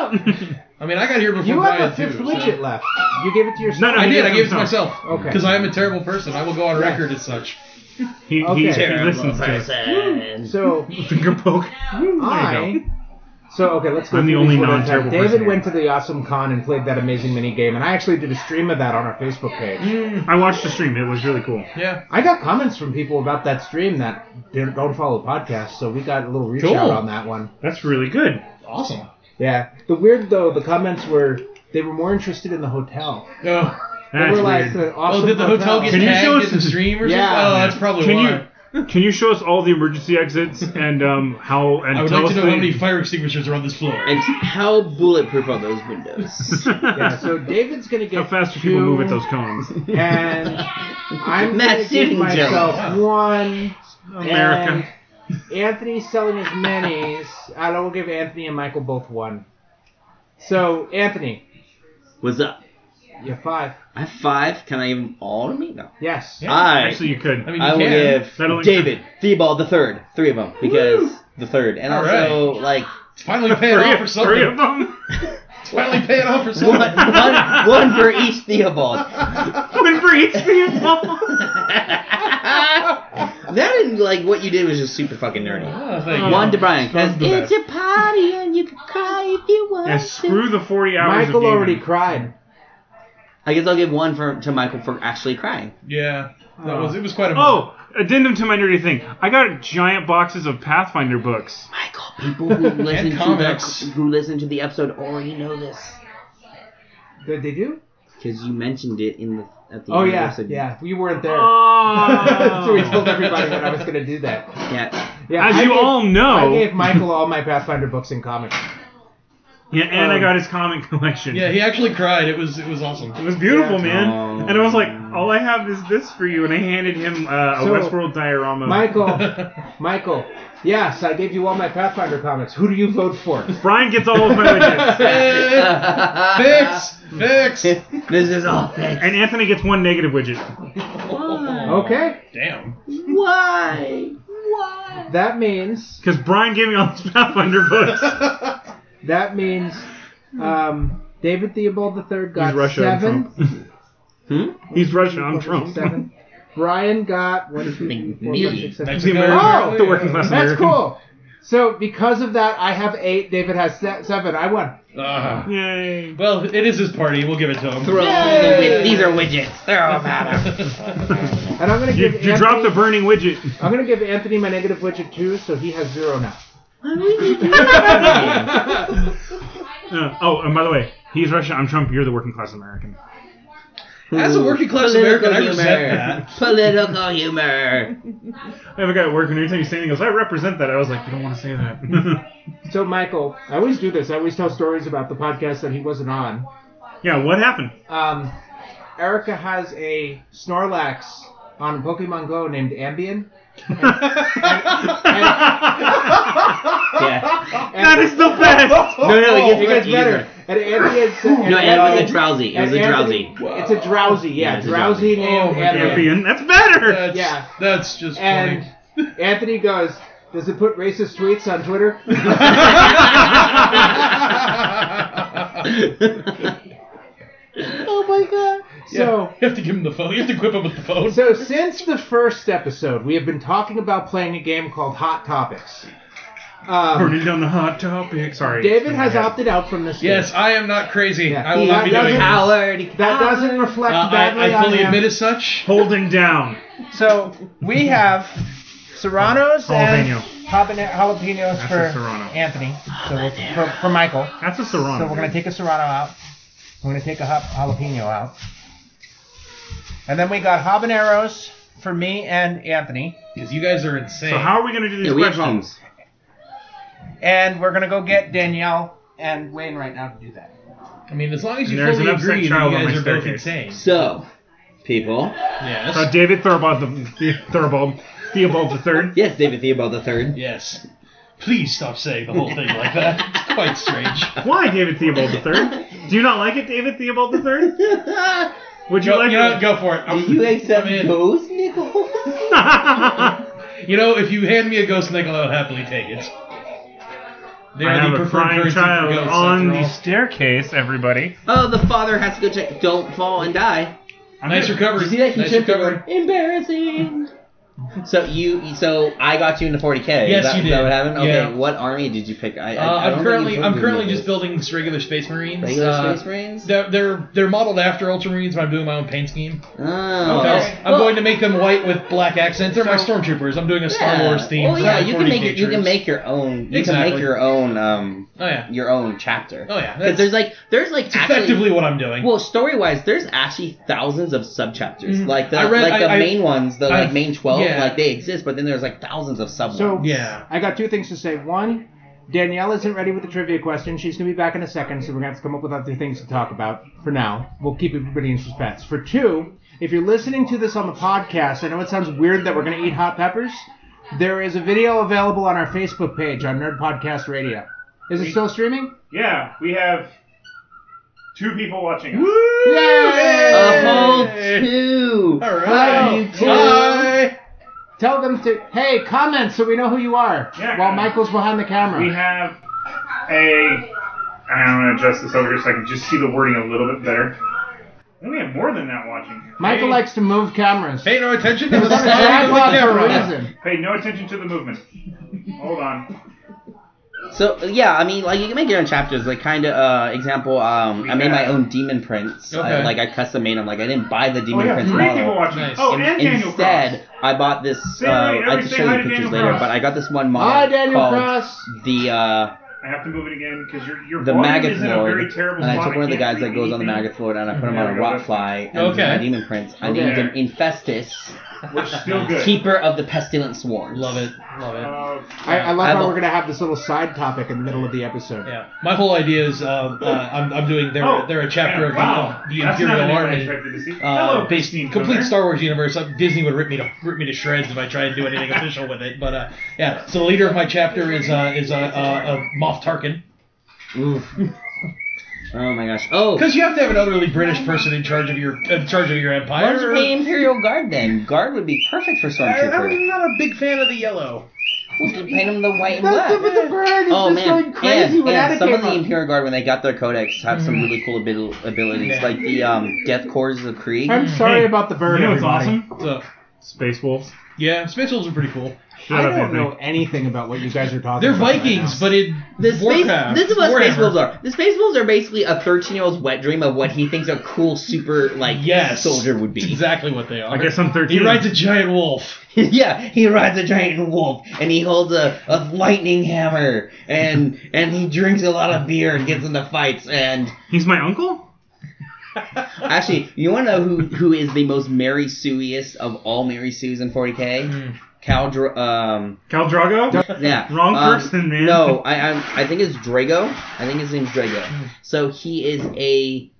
Speaker 3: up?"
Speaker 5: I mean, I got here before
Speaker 1: You
Speaker 5: Brian
Speaker 1: have a fifth
Speaker 5: too, so-
Speaker 1: widget left. You gave it to yourself.
Speaker 3: No, no.
Speaker 5: I
Speaker 3: He
Speaker 5: did.
Speaker 3: did
Speaker 5: I gave it to
Speaker 3: himself.
Speaker 5: myself.
Speaker 1: Okay.
Speaker 5: Because I am a terrible person. I will go on record as such.
Speaker 3: He,
Speaker 1: Okay.
Speaker 3: he, he
Speaker 1: Terrible
Speaker 3: listens to us.
Speaker 4: Person.
Speaker 1: So
Speaker 3: Finger poke. There you
Speaker 1: I. So okay, let's go.
Speaker 3: I'm the
Speaker 1: through these
Speaker 3: only
Speaker 1: one at a time.
Speaker 3: non-terrible person
Speaker 1: David
Speaker 3: here.
Speaker 1: went to the awesome con and played that amazing mini game, and I actually did a stream of that on our Facebook page.
Speaker 3: I watched the stream. It was really cool.
Speaker 5: Yeah.
Speaker 1: I got comments from people about that stream that didn't, don't follow the podcast, so we got a little reach
Speaker 5: Cool.
Speaker 1: out on that one.
Speaker 3: That's really good.
Speaker 5: Awesome.
Speaker 1: Yeah, the weird though, the comments were they were more interested in the hotel.
Speaker 5: Oh.
Speaker 1: They
Speaker 3: That's
Speaker 1: were like,
Speaker 3: weird.
Speaker 1: the awesome
Speaker 5: oh, did the hotel get
Speaker 3: Can you
Speaker 5: tagged
Speaker 3: show us
Speaker 5: in the
Speaker 3: the-
Speaker 5: stream or
Speaker 1: Yeah.
Speaker 5: something? Oh, that's probably
Speaker 3: Can
Speaker 5: why.
Speaker 3: you can you show us all the emergency exits and um how and
Speaker 5: I would
Speaker 3: tell
Speaker 5: like to
Speaker 3: us
Speaker 5: know
Speaker 3: the-
Speaker 5: how many fire extinguishers are on this floor.
Speaker 4: And how bulletproof are those windows?
Speaker 1: Yeah, so David's gonna get
Speaker 3: how fast do people
Speaker 1: two,
Speaker 3: move at those cones?
Speaker 1: And I'm gonna
Speaker 4: Matt
Speaker 1: give
Speaker 4: Shooting
Speaker 1: myself
Speaker 5: Joe.
Speaker 1: one.
Speaker 3: America.
Speaker 1: And Anthony's selling his minis. I will give Anthony and Michael both one. So Anthony,
Speaker 4: What's up?
Speaker 1: you have five.
Speaker 4: I have five. Can I give them all to me? No.
Speaker 1: Yes.
Speaker 5: Yeah.
Speaker 4: I.
Speaker 3: Actually, you could.
Speaker 5: I mean, you
Speaker 4: I will
Speaker 5: can.
Speaker 4: give
Speaker 3: That'll include-
Speaker 4: David Theobald the Third, three of them, because the third, and
Speaker 5: All
Speaker 4: also like
Speaker 5: It's finally paying
Speaker 3: three,
Speaker 5: off for
Speaker 3: of- three of
Speaker 5: something.
Speaker 3: them.
Speaker 5: It's finally paying off for
Speaker 4: one,
Speaker 5: something.
Speaker 4: one, one for each Theobald.
Speaker 3: One for each people.
Speaker 4: that and like what you did was just super fucking nerdy.
Speaker 5: Oh, thank you.
Speaker 4: One to Brian, 'cause
Speaker 3: Sounds the
Speaker 4: it's a party and you can cry if you want.
Speaker 3: Yeah, screw the forty hours.
Speaker 1: Michael
Speaker 3: of gaming.
Speaker 1: already cried.
Speaker 4: I guess I'll give one for to Michael for actually crying.
Speaker 5: Yeah. That was, it was quite a moment.
Speaker 3: Oh, addendum to my nerdy thing. I got giant boxes of Pathfinder books.
Speaker 4: Michael, people who listen to
Speaker 5: comics.
Speaker 4: the, who listen to the episode already know this
Speaker 1: Did they do?
Speaker 4: because you mentioned it in the at the
Speaker 1: Oh
Speaker 4: end of the
Speaker 1: yeah,
Speaker 4: episode.
Speaker 1: yeah. We weren't there. so we
Speaker 3: Oh.
Speaker 1: told everybody that I was gonna do that.
Speaker 4: yeah.
Speaker 1: Yeah.
Speaker 3: As
Speaker 1: I
Speaker 3: you
Speaker 1: gave-
Speaker 3: all
Speaker 1: I
Speaker 3: know,
Speaker 1: gave Michael all my Pathfinder books and comics.
Speaker 3: yeah, and I
Speaker 1: um,
Speaker 3: got his comic collection.
Speaker 5: Yeah, he actually cried. It was it was awesome.
Speaker 3: It was beautiful,
Speaker 1: Yeah.
Speaker 3: man.
Speaker 4: Oh.
Speaker 3: And I was like, all I have is this for you. And I handed him uh, a
Speaker 1: So,
Speaker 3: Westworld diorama.
Speaker 1: Michael, Michael. Yes, I gave you all my Pathfinder comics. Who do you vote for?
Speaker 3: Brian gets all of my widgets.
Speaker 5: Eh, fix! Fix!
Speaker 4: this is all fixed.
Speaker 3: And Anthony gets one negative widget.
Speaker 1: Okay.
Speaker 5: Damn.
Speaker 4: Why?
Speaker 1: That means
Speaker 3: Because Brian gave me all these Pathfinder books.
Speaker 1: that means um, David Theobald III
Speaker 3: He's
Speaker 1: got
Speaker 3: Russia. I'm
Speaker 1: seven.
Speaker 3: Trump.
Speaker 4: Hmm?
Speaker 3: He's Russia. I'm Trump.
Speaker 1: Seven. Brian got one, two, three, four, five, six, seven.
Speaker 5: Mexico,
Speaker 3: The American,
Speaker 1: Oh,
Speaker 3: the working class
Speaker 1: That's
Speaker 3: American.
Speaker 1: cool. So because of that, I have eight. David has se- seven. I won.
Speaker 5: Ah.
Speaker 3: Yay.
Speaker 5: well, it is his party. We'll give it to him.
Speaker 4: Throw all the wid- these are widgets. They're all matter.
Speaker 1: And I'm gonna
Speaker 3: You,
Speaker 1: give
Speaker 3: you
Speaker 1: Anthony,
Speaker 3: dropped the burning widget.
Speaker 1: I'm gonna give Anthony my negative widget too, so he has zero now.
Speaker 3: Uh, oh, and by the way, he's Russia. I'm Trump. You're the working class American.
Speaker 5: As a working class
Speaker 4: Political
Speaker 5: American, I
Speaker 4: humor.
Speaker 5: resent that.
Speaker 4: Political humor.
Speaker 3: I have a guy at work, and every time you say anything, he goes, I represent that. I was like, you don't want to say that.
Speaker 1: So Michael, I always do this. I always tell stories about the podcast that he wasn't on.
Speaker 3: yeah, what happened?
Speaker 1: Um, Erica has a Snorlax on Pokemon Go named Ambien.
Speaker 4: Yeah.
Speaker 1: And
Speaker 3: That is the best!
Speaker 4: No, no, it
Speaker 1: it
Speaker 4: gets much
Speaker 1: gets
Speaker 3: Oh,
Speaker 4: easier.
Speaker 1: better. And Anthony had said, and
Speaker 4: No, it was a
Speaker 1: Anthony-
Speaker 4: drowsy. It was
Speaker 1: and
Speaker 4: a
Speaker 1: Anthony-
Speaker 4: drowsy.
Speaker 1: It's a drowsy, yeah,
Speaker 4: Yeah, it's a
Speaker 1: drowsy,
Speaker 5: drowsy.
Speaker 1: name.
Speaker 5: Oh my
Speaker 1: Anthony.
Speaker 5: God.
Speaker 3: Champion. That's better.
Speaker 5: That's,
Speaker 1: Yeah.
Speaker 5: That's just
Speaker 1: And
Speaker 5: funny.
Speaker 1: Anthony goes, "Does it put racist tweets on Twitter?" oh my god!
Speaker 5: Yeah,
Speaker 1: So,
Speaker 5: you have to give him the phone. You have to equip him with the phone.
Speaker 1: so since the first episode, we have been talking about playing a game called Hot Topics. Um,
Speaker 3: Burning down the hot topic. Sorry.
Speaker 1: David has opted out from this. game.
Speaker 5: yes, I am not crazy.
Speaker 1: Yeah.
Speaker 5: I will
Speaker 1: Yeah,
Speaker 5: not be
Speaker 1: that
Speaker 5: doing
Speaker 1: doesn't-
Speaker 5: this.
Speaker 1: that doesn't reflect
Speaker 5: Uh,
Speaker 1: badly
Speaker 5: I, I fully
Speaker 1: on him.
Speaker 5: admit as such.
Speaker 3: Holding down.
Speaker 6: So we have serranos
Speaker 3: Jalapeno.
Speaker 6: and habana- jalapenos
Speaker 3: That's a
Speaker 6: for
Speaker 3: serrano.
Speaker 6: Anthony. So we'll,
Speaker 5: Ah,
Speaker 6: for, for Michael.
Speaker 3: That's a Serrano.
Speaker 6: So we're gonna take a serrano out. We're gonna take a ha- jalapeno out. And then we got habaneros for me and Anthony.
Speaker 5: Because you guys are insane.
Speaker 3: So how are we gonna do these
Speaker 4: Yeah, we have
Speaker 3: questions?
Speaker 4: phones.
Speaker 6: And we're gonna go get Danielle and Wayne right now to do that.
Speaker 5: I mean, as long as you
Speaker 3: There's
Speaker 5: fully
Speaker 3: an upset
Speaker 5: agree, that
Speaker 3: child
Speaker 5: you
Speaker 3: on
Speaker 5: guys
Speaker 3: my
Speaker 5: are both
Speaker 3: staircase.
Speaker 5: insane.
Speaker 4: So, people.
Speaker 5: Yes.
Speaker 3: So Uh, David Thorvald the, the Thorvald Theobald the third.
Speaker 4: Yes, David Theobald the third.
Speaker 5: yes. Please stop saying the whole thing like that. It's quite strange.
Speaker 3: Why David Theobald the third? Do you not like it, David Theobald the third? Would you
Speaker 5: Go,
Speaker 3: like
Speaker 5: you know, go for it. I'm-
Speaker 4: Do you accept
Speaker 5: I'm in.
Speaker 4: those, Nichols?
Speaker 5: You know, if you hand me a ghost nickel, I'll happily take it. They
Speaker 3: I have a crying child on the
Speaker 5: after all.
Speaker 3: staircase, everybody.
Speaker 4: oh, the father has to go check. Don't fall and die.
Speaker 5: Nice recovery.
Speaker 4: You see that? He
Speaker 5: nice
Speaker 4: tripped
Speaker 5: recovery.
Speaker 4: over. Embarrassing. So you, so I got you into 40k.
Speaker 5: Yes,
Speaker 4: is that,
Speaker 5: you
Speaker 4: Is that
Speaker 5: did.
Speaker 4: what happened? Okay.
Speaker 5: Yeah.
Speaker 4: What army did you pick? I, I, I
Speaker 5: Uh,
Speaker 4: don't
Speaker 5: I'm
Speaker 4: think
Speaker 5: currently
Speaker 4: you
Speaker 5: I'm
Speaker 4: told
Speaker 5: currently
Speaker 4: me
Speaker 5: just
Speaker 4: this.
Speaker 5: building s- regular Space Marines.
Speaker 4: regular
Speaker 5: Uh,
Speaker 4: space marines.
Speaker 5: They're they're they're modeled after Ultramarines, but I'm doing my own paint scheme.
Speaker 4: oh,
Speaker 5: Because
Speaker 4: okay.
Speaker 5: I'm going to make them white with black accents. They're my stormtroopers. I'm doing a Star
Speaker 4: Yeah.
Speaker 5: Wars theme.
Speaker 4: Oh yeah, you can make
Speaker 5: it.
Speaker 4: it. You can make your own. You can
Speaker 5: Exactly.
Speaker 4: make your own. Um,
Speaker 5: Oh yeah,
Speaker 4: your own chapter.
Speaker 5: oh yeah.
Speaker 4: Because
Speaker 5: That's
Speaker 4: there's like there's like
Speaker 5: it's
Speaker 4: actually,
Speaker 5: effectively what I'm doing.
Speaker 4: well story wise there's actually thousands of subchapters
Speaker 3: Mm-hmm.
Speaker 5: Mhm.
Speaker 4: like the
Speaker 5: I read-
Speaker 4: like the
Speaker 5: I- I-
Speaker 4: main ones the
Speaker 5: I-
Speaker 4: like main twelve
Speaker 5: yeah.
Speaker 4: like they exist but then there's like thousands of sub
Speaker 1: So
Speaker 4: ones.
Speaker 5: Yeah.
Speaker 1: I got two things to say. One, Danielle isn't ready with the trivia question. She's gonna be back in a second, so we're gonna have to come up with other things to talk about. For now, we'll keep everybody in suspense. For two, if you're listening to this on the podcast, I know it sounds weird that we're gonna eat hot peppers. There is a video available on our Facebook page on Nerd Podcast Radio. Is it still streaming?
Speaker 3: Yeah, we have two people watching. us.
Speaker 4: a
Speaker 1: Yay!
Speaker 4: whole two
Speaker 5: All
Speaker 1: Hello.
Speaker 5: right.
Speaker 4: You too.
Speaker 5: Hi.
Speaker 1: Tell them to hey comment so we know who you are.
Speaker 3: Yeah,
Speaker 1: while
Speaker 3: guys.
Speaker 1: Michael's behind the camera.
Speaker 3: We have a. I'm going to adjust this over here so I can just see the wording a little bit better. And we have more than that watching.
Speaker 1: Michael
Speaker 3: They
Speaker 1: likes to move cameras.
Speaker 5: Pay no attention to the
Speaker 1: That's a
Speaker 5: side of the
Speaker 1: tripod for a
Speaker 5: camera.
Speaker 1: reason.
Speaker 3: Paid no attention to the movement. Hold on.
Speaker 4: so yeah I mean like you can make your own chapters like kind of uh example um I made my
Speaker 3: Yeah.
Speaker 4: own demon prince I,
Speaker 5: Okay.
Speaker 4: like I custom made them like I didn't buy the
Speaker 3: Oh,
Speaker 4: demon
Speaker 3: yeah,
Speaker 4: prince
Speaker 3: three
Speaker 4: model.
Speaker 3: people watching.
Speaker 5: Nice.
Speaker 3: Oh,
Speaker 4: In-
Speaker 3: and, Daniel
Speaker 4: instead, I bought this.
Speaker 3: Say
Speaker 4: Uh,
Speaker 3: hi to
Speaker 4: I
Speaker 3: every-
Speaker 4: can
Speaker 3: say
Speaker 4: show
Speaker 3: hi
Speaker 4: you
Speaker 3: to
Speaker 4: pictures
Speaker 3: Daniel
Speaker 4: later,
Speaker 3: Cross.
Speaker 4: but I got this one model
Speaker 1: Hi, Daniel
Speaker 4: called
Speaker 1: Cross.
Speaker 4: the uh,
Speaker 3: Cross. I have to move it again because your your
Speaker 4: the
Speaker 3: volume
Speaker 4: maggot
Speaker 3: is in a
Speaker 4: lord,
Speaker 3: very
Speaker 4: and
Speaker 3: terrible
Speaker 4: I
Speaker 3: spot.
Speaker 4: took one of the
Speaker 3: can't
Speaker 4: guys
Speaker 3: read
Speaker 4: that goes on the
Speaker 3: anything.
Speaker 4: maggot lord, and I put him
Speaker 3: Yeah,
Speaker 4: on a
Speaker 3: I got
Speaker 4: rot
Speaker 3: it.
Speaker 4: fly, and
Speaker 5: Okay.
Speaker 4: my demon prince. I
Speaker 1: Okay.
Speaker 4: named him Infestus,
Speaker 3: Which is still good.
Speaker 4: keeper of the pestilent swarms.
Speaker 5: Love it. Love it.
Speaker 3: Uh,
Speaker 1: I, I love
Speaker 4: I
Speaker 1: how
Speaker 4: love-
Speaker 1: we're gonna have this little side topic in the middle of the episode.
Speaker 5: Yeah, my whole idea is um, uh, I'm, I'm doing they're,
Speaker 3: oh,
Speaker 5: they're a chapter
Speaker 3: yeah,
Speaker 5: of the-
Speaker 3: wow.
Speaker 5: the,
Speaker 3: That's not a
Speaker 5: Imperial
Speaker 3: name I
Speaker 5: Army.
Speaker 3: expected to see.
Speaker 5: uh,
Speaker 3: Hello,
Speaker 5: based
Speaker 3: Christine
Speaker 5: complete
Speaker 3: Cooner.
Speaker 5: Star Wars universe. Uh, Disney would rip me to rip me to shreds if I tried to do anything official with it. But uh, yeah, so the leader of my chapter is uh, is a uh, uh, uh, Moff Tarkin
Speaker 4: Oof. oh my gosh. Oh,
Speaker 5: because you have to have an elderly British person in charge of your in charge of your
Speaker 4: why
Speaker 5: empire.
Speaker 4: don't you be Imperial Guard then? Guard would be perfect for
Speaker 5: I, I'm
Speaker 4: stormtrooper.
Speaker 5: not a big fan of the yellow.
Speaker 4: We'll just paint him the white and
Speaker 1: That's
Speaker 4: black.
Speaker 1: it with the bird. It's
Speaker 4: Oh
Speaker 1: just
Speaker 4: man,
Speaker 1: going crazy
Speaker 4: and,
Speaker 1: without
Speaker 4: and
Speaker 1: a
Speaker 4: some of
Speaker 1: camera.
Speaker 4: the Imperial Guard when they got their codex have some really cool abil- abilities,
Speaker 5: Yeah.
Speaker 4: like the um, Death Cores of Krieg.
Speaker 1: I'm sorry
Speaker 3: Hey,
Speaker 1: about the
Speaker 3: You
Speaker 1: bird.
Speaker 3: know what's
Speaker 1: everybody.
Speaker 3: awesome?
Speaker 5: So
Speaker 3: Space wolves.
Speaker 5: yeah, space wolves are pretty cool.
Speaker 3: Shut
Speaker 1: I
Speaker 3: up,
Speaker 1: don't
Speaker 3: Anthony.
Speaker 1: know anything about what you guys are talking
Speaker 5: They're
Speaker 1: about. right
Speaker 5: Vikings,
Speaker 1: now.
Speaker 5: but in
Speaker 4: The space,
Speaker 5: Warcraft,
Speaker 4: this is what space
Speaker 5: Warhammer.
Speaker 4: wolves are. The space wolves are basically a 13 year old's wet dream of what he thinks a cool super like
Speaker 5: Yes,
Speaker 4: soldier would
Speaker 5: It's
Speaker 4: be.
Speaker 5: exactly what they are.
Speaker 3: I guess I'm 13.
Speaker 5: he rides a giant wolf.
Speaker 4: yeah, he rides a giant wolf and he holds a, a lightning hammer and and he drinks a lot of beer and gets into fights and
Speaker 3: He's my uncle?
Speaker 4: actually you want to know who who is the most Mary Sueiest of all Mary Sues in 40k?
Speaker 5: Mm.
Speaker 4: Cal Dra- um
Speaker 3: Cal Drago?
Speaker 4: Yeah.
Speaker 3: Wrong
Speaker 4: um,
Speaker 3: person, man.
Speaker 4: No, I, I I think it's Drago. I think his name's Drago.
Speaker 3: Hmm.
Speaker 4: So he is a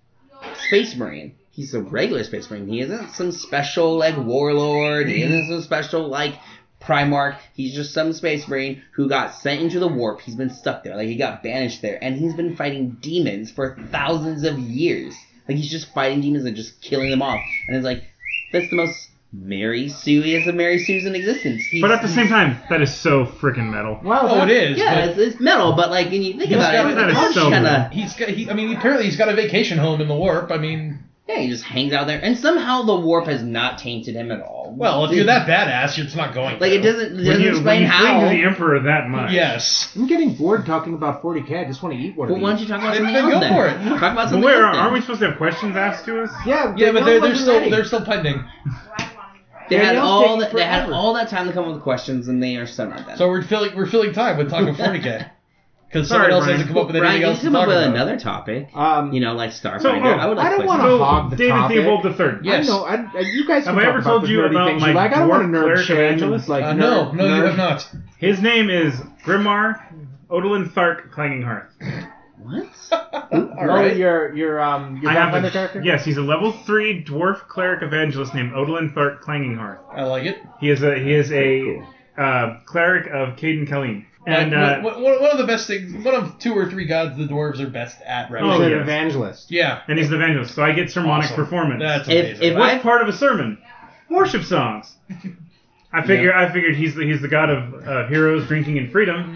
Speaker 4: space marine. He's a regular space marine. He isn't some special like warlord. He isn't some special like Primarch. He's just some space marine who got sent into the warp. He's been stuck there. Like he got banished there, and he's been fighting demons for thousands of years. Like he's just fighting demons and just killing them off. And it's like that's the most Mary Suey as a Mary Sue's in existence. He's,
Speaker 3: But at the same time, that is so freaking metal.
Speaker 1: Wow,
Speaker 5: Oh, it
Speaker 1: that-
Speaker 5: is.
Speaker 4: yeah,
Speaker 5: but
Speaker 4: it's, it's metal. But like, when you think
Speaker 5: He's
Speaker 4: about
Speaker 5: got-
Speaker 4: it,
Speaker 5: that
Speaker 4: it's
Speaker 5: is
Speaker 4: all just
Speaker 3: so
Speaker 4: kinda-
Speaker 3: weird.
Speaker 5: He's got. He, I mean, apparently he's got a vacation home in the warp. I mean,
Speaker 4: Yeah, he just hangs out there, and somehow the warp has not tainted him at all.
Speaker 5: well, if you're that badass, you're just not going.
Speaker 4: like it doesn't it
Speaker 3: When
Speaker 4: doesn't
Speaker 3: you, when
Speaker 4: explain
Speaker 3: you cling to the
Speaker 4: how.
Speaker 3: Emperor that much.
Speaker 5: Yes.
Speaker 1: I'm getting bored talking about 40k. I just want to eat one
Speaker 4: But
Speaker 1: of
Speaker 4: why don't
Speaker 1: these.
Speaker 4: you talk about
Speaker 5: Then-
Speaker 4: something else
Speaker 5: then go
Speaker 4: then?
Speaker 5: for it.
Speaker 4: Talk about
Speaker 3: But
Speaker 4: something
Speaker 3: where
Speaker 4: else then.
Speaker 3: are we supposed to have questions asked to us?
Speaker 1: Yeah,
Speaker 5: Yeah,
Speaker 1: Danielle
Speaker 5: but they're, they're
Speaker 1: wasn't
Speaker 5: still
Speaker 1: ready.
Speaker 5: they're still pending.
Speaker 4: They had
Speaker 1: Danielle's
Speaker 4: all
Speaker 1: taking
Speaker 4: that. They had
Speaker 1: forever.
Speaker 4: all that time to come up with questions, and they are still not done.
Speaker 5: So we're filling we're filling time with talking 40k because someone
Speaker 3: Sorry,
Speaker 5: else
Speaker 3: Brian.
Speaker 5: hasn't come up with
Speaker 4: Brian,
Speaker 5: anything
Speaker 4: you
Speaker 5: else
Speaker 4: should
Speaker 5: to
Speaker 4: come
Speaker 5: talk
Speaker 4: up with
Speaker 5: about.
Speaker 4: another topic.
Speaker 1: Um,
Speaker 4: You know, like Starfighter.
Speaker 3: So, oh,
Speaker 4: I would like.
Speaker 1: I don't
Speaker 4: to
Speaker 1: wanna-
Speaker 4: play
Speaker 3: So,
Speaker 1: hog the
Speaker 3: David
Speaker 1: topic.
Speaker 3: Theobald the Third.
Speaker 5: Yes.
Speaker 1: I know. I, I, you guys
Speaker 3: Have
Speaker 1: can
Speaker 3: I
Speaker 1: talk
Speaker 3: ever
Speaker 1: about
Speaker 3: told
Speaker 1: the
Speaker 3: you
Speaker 1: nerdy
Speaker 3: about
Speaker 1: things
Speaker 3: my
Speaker 1: like. I don't want to nerd
Speaker 3: dwarf cleric
Speaker 1: shit.
Speaker 3: evangelist?
Speaker 1: Like,
Speaker 5: Uh,
Speaker 1: nerd,
Speaker 5: no, no, you
Speaker 1: nerd.
Speaker 5: have not.
Speaker 3: His name is Grimar Odolin Thark Clanging Hearth.
Speaker 4: What?
Speaker 1: All
Speaker 5: right.
Speaker 1: right. Your your um your
Speaker 3: I have
Speaker 1: Pathfinder
Speaker 3: the-
Speaker 1: character.
Speaker 3: Yes, he's a level three dwarf cleric evangelist named Odolin Thark Clanging Hearth.
Speaker 5: I like it.
Speaker 3: He is a he is a uh, cleric of Caden Kaleen. And
Speaker 5: Like,
Speaker 3: uh,
Speaker 5: one- one- one of the best things, one of two or three gods the dwarves are best at right
Speaker 3: Oh,
Speaker 1: He's
Speaker 5: now.
Speaker 1: an
Speaker 3: yes.
Speaker 1: evangelist.
Speaker 5: Yeah.
Speaker 3: and he's an evangelist, so I get sermonic
Speaker 5: Awesome.
Speaker 3: performance.
Speaker 5: That's amazing.
Speaker 4: If if
Speaker 3: What's
Speaker 4: I
Speaker 3: part of a sermon? Worship songs. I figure I figured he's the, he's the god of uh, heroes, drinking, and freedom.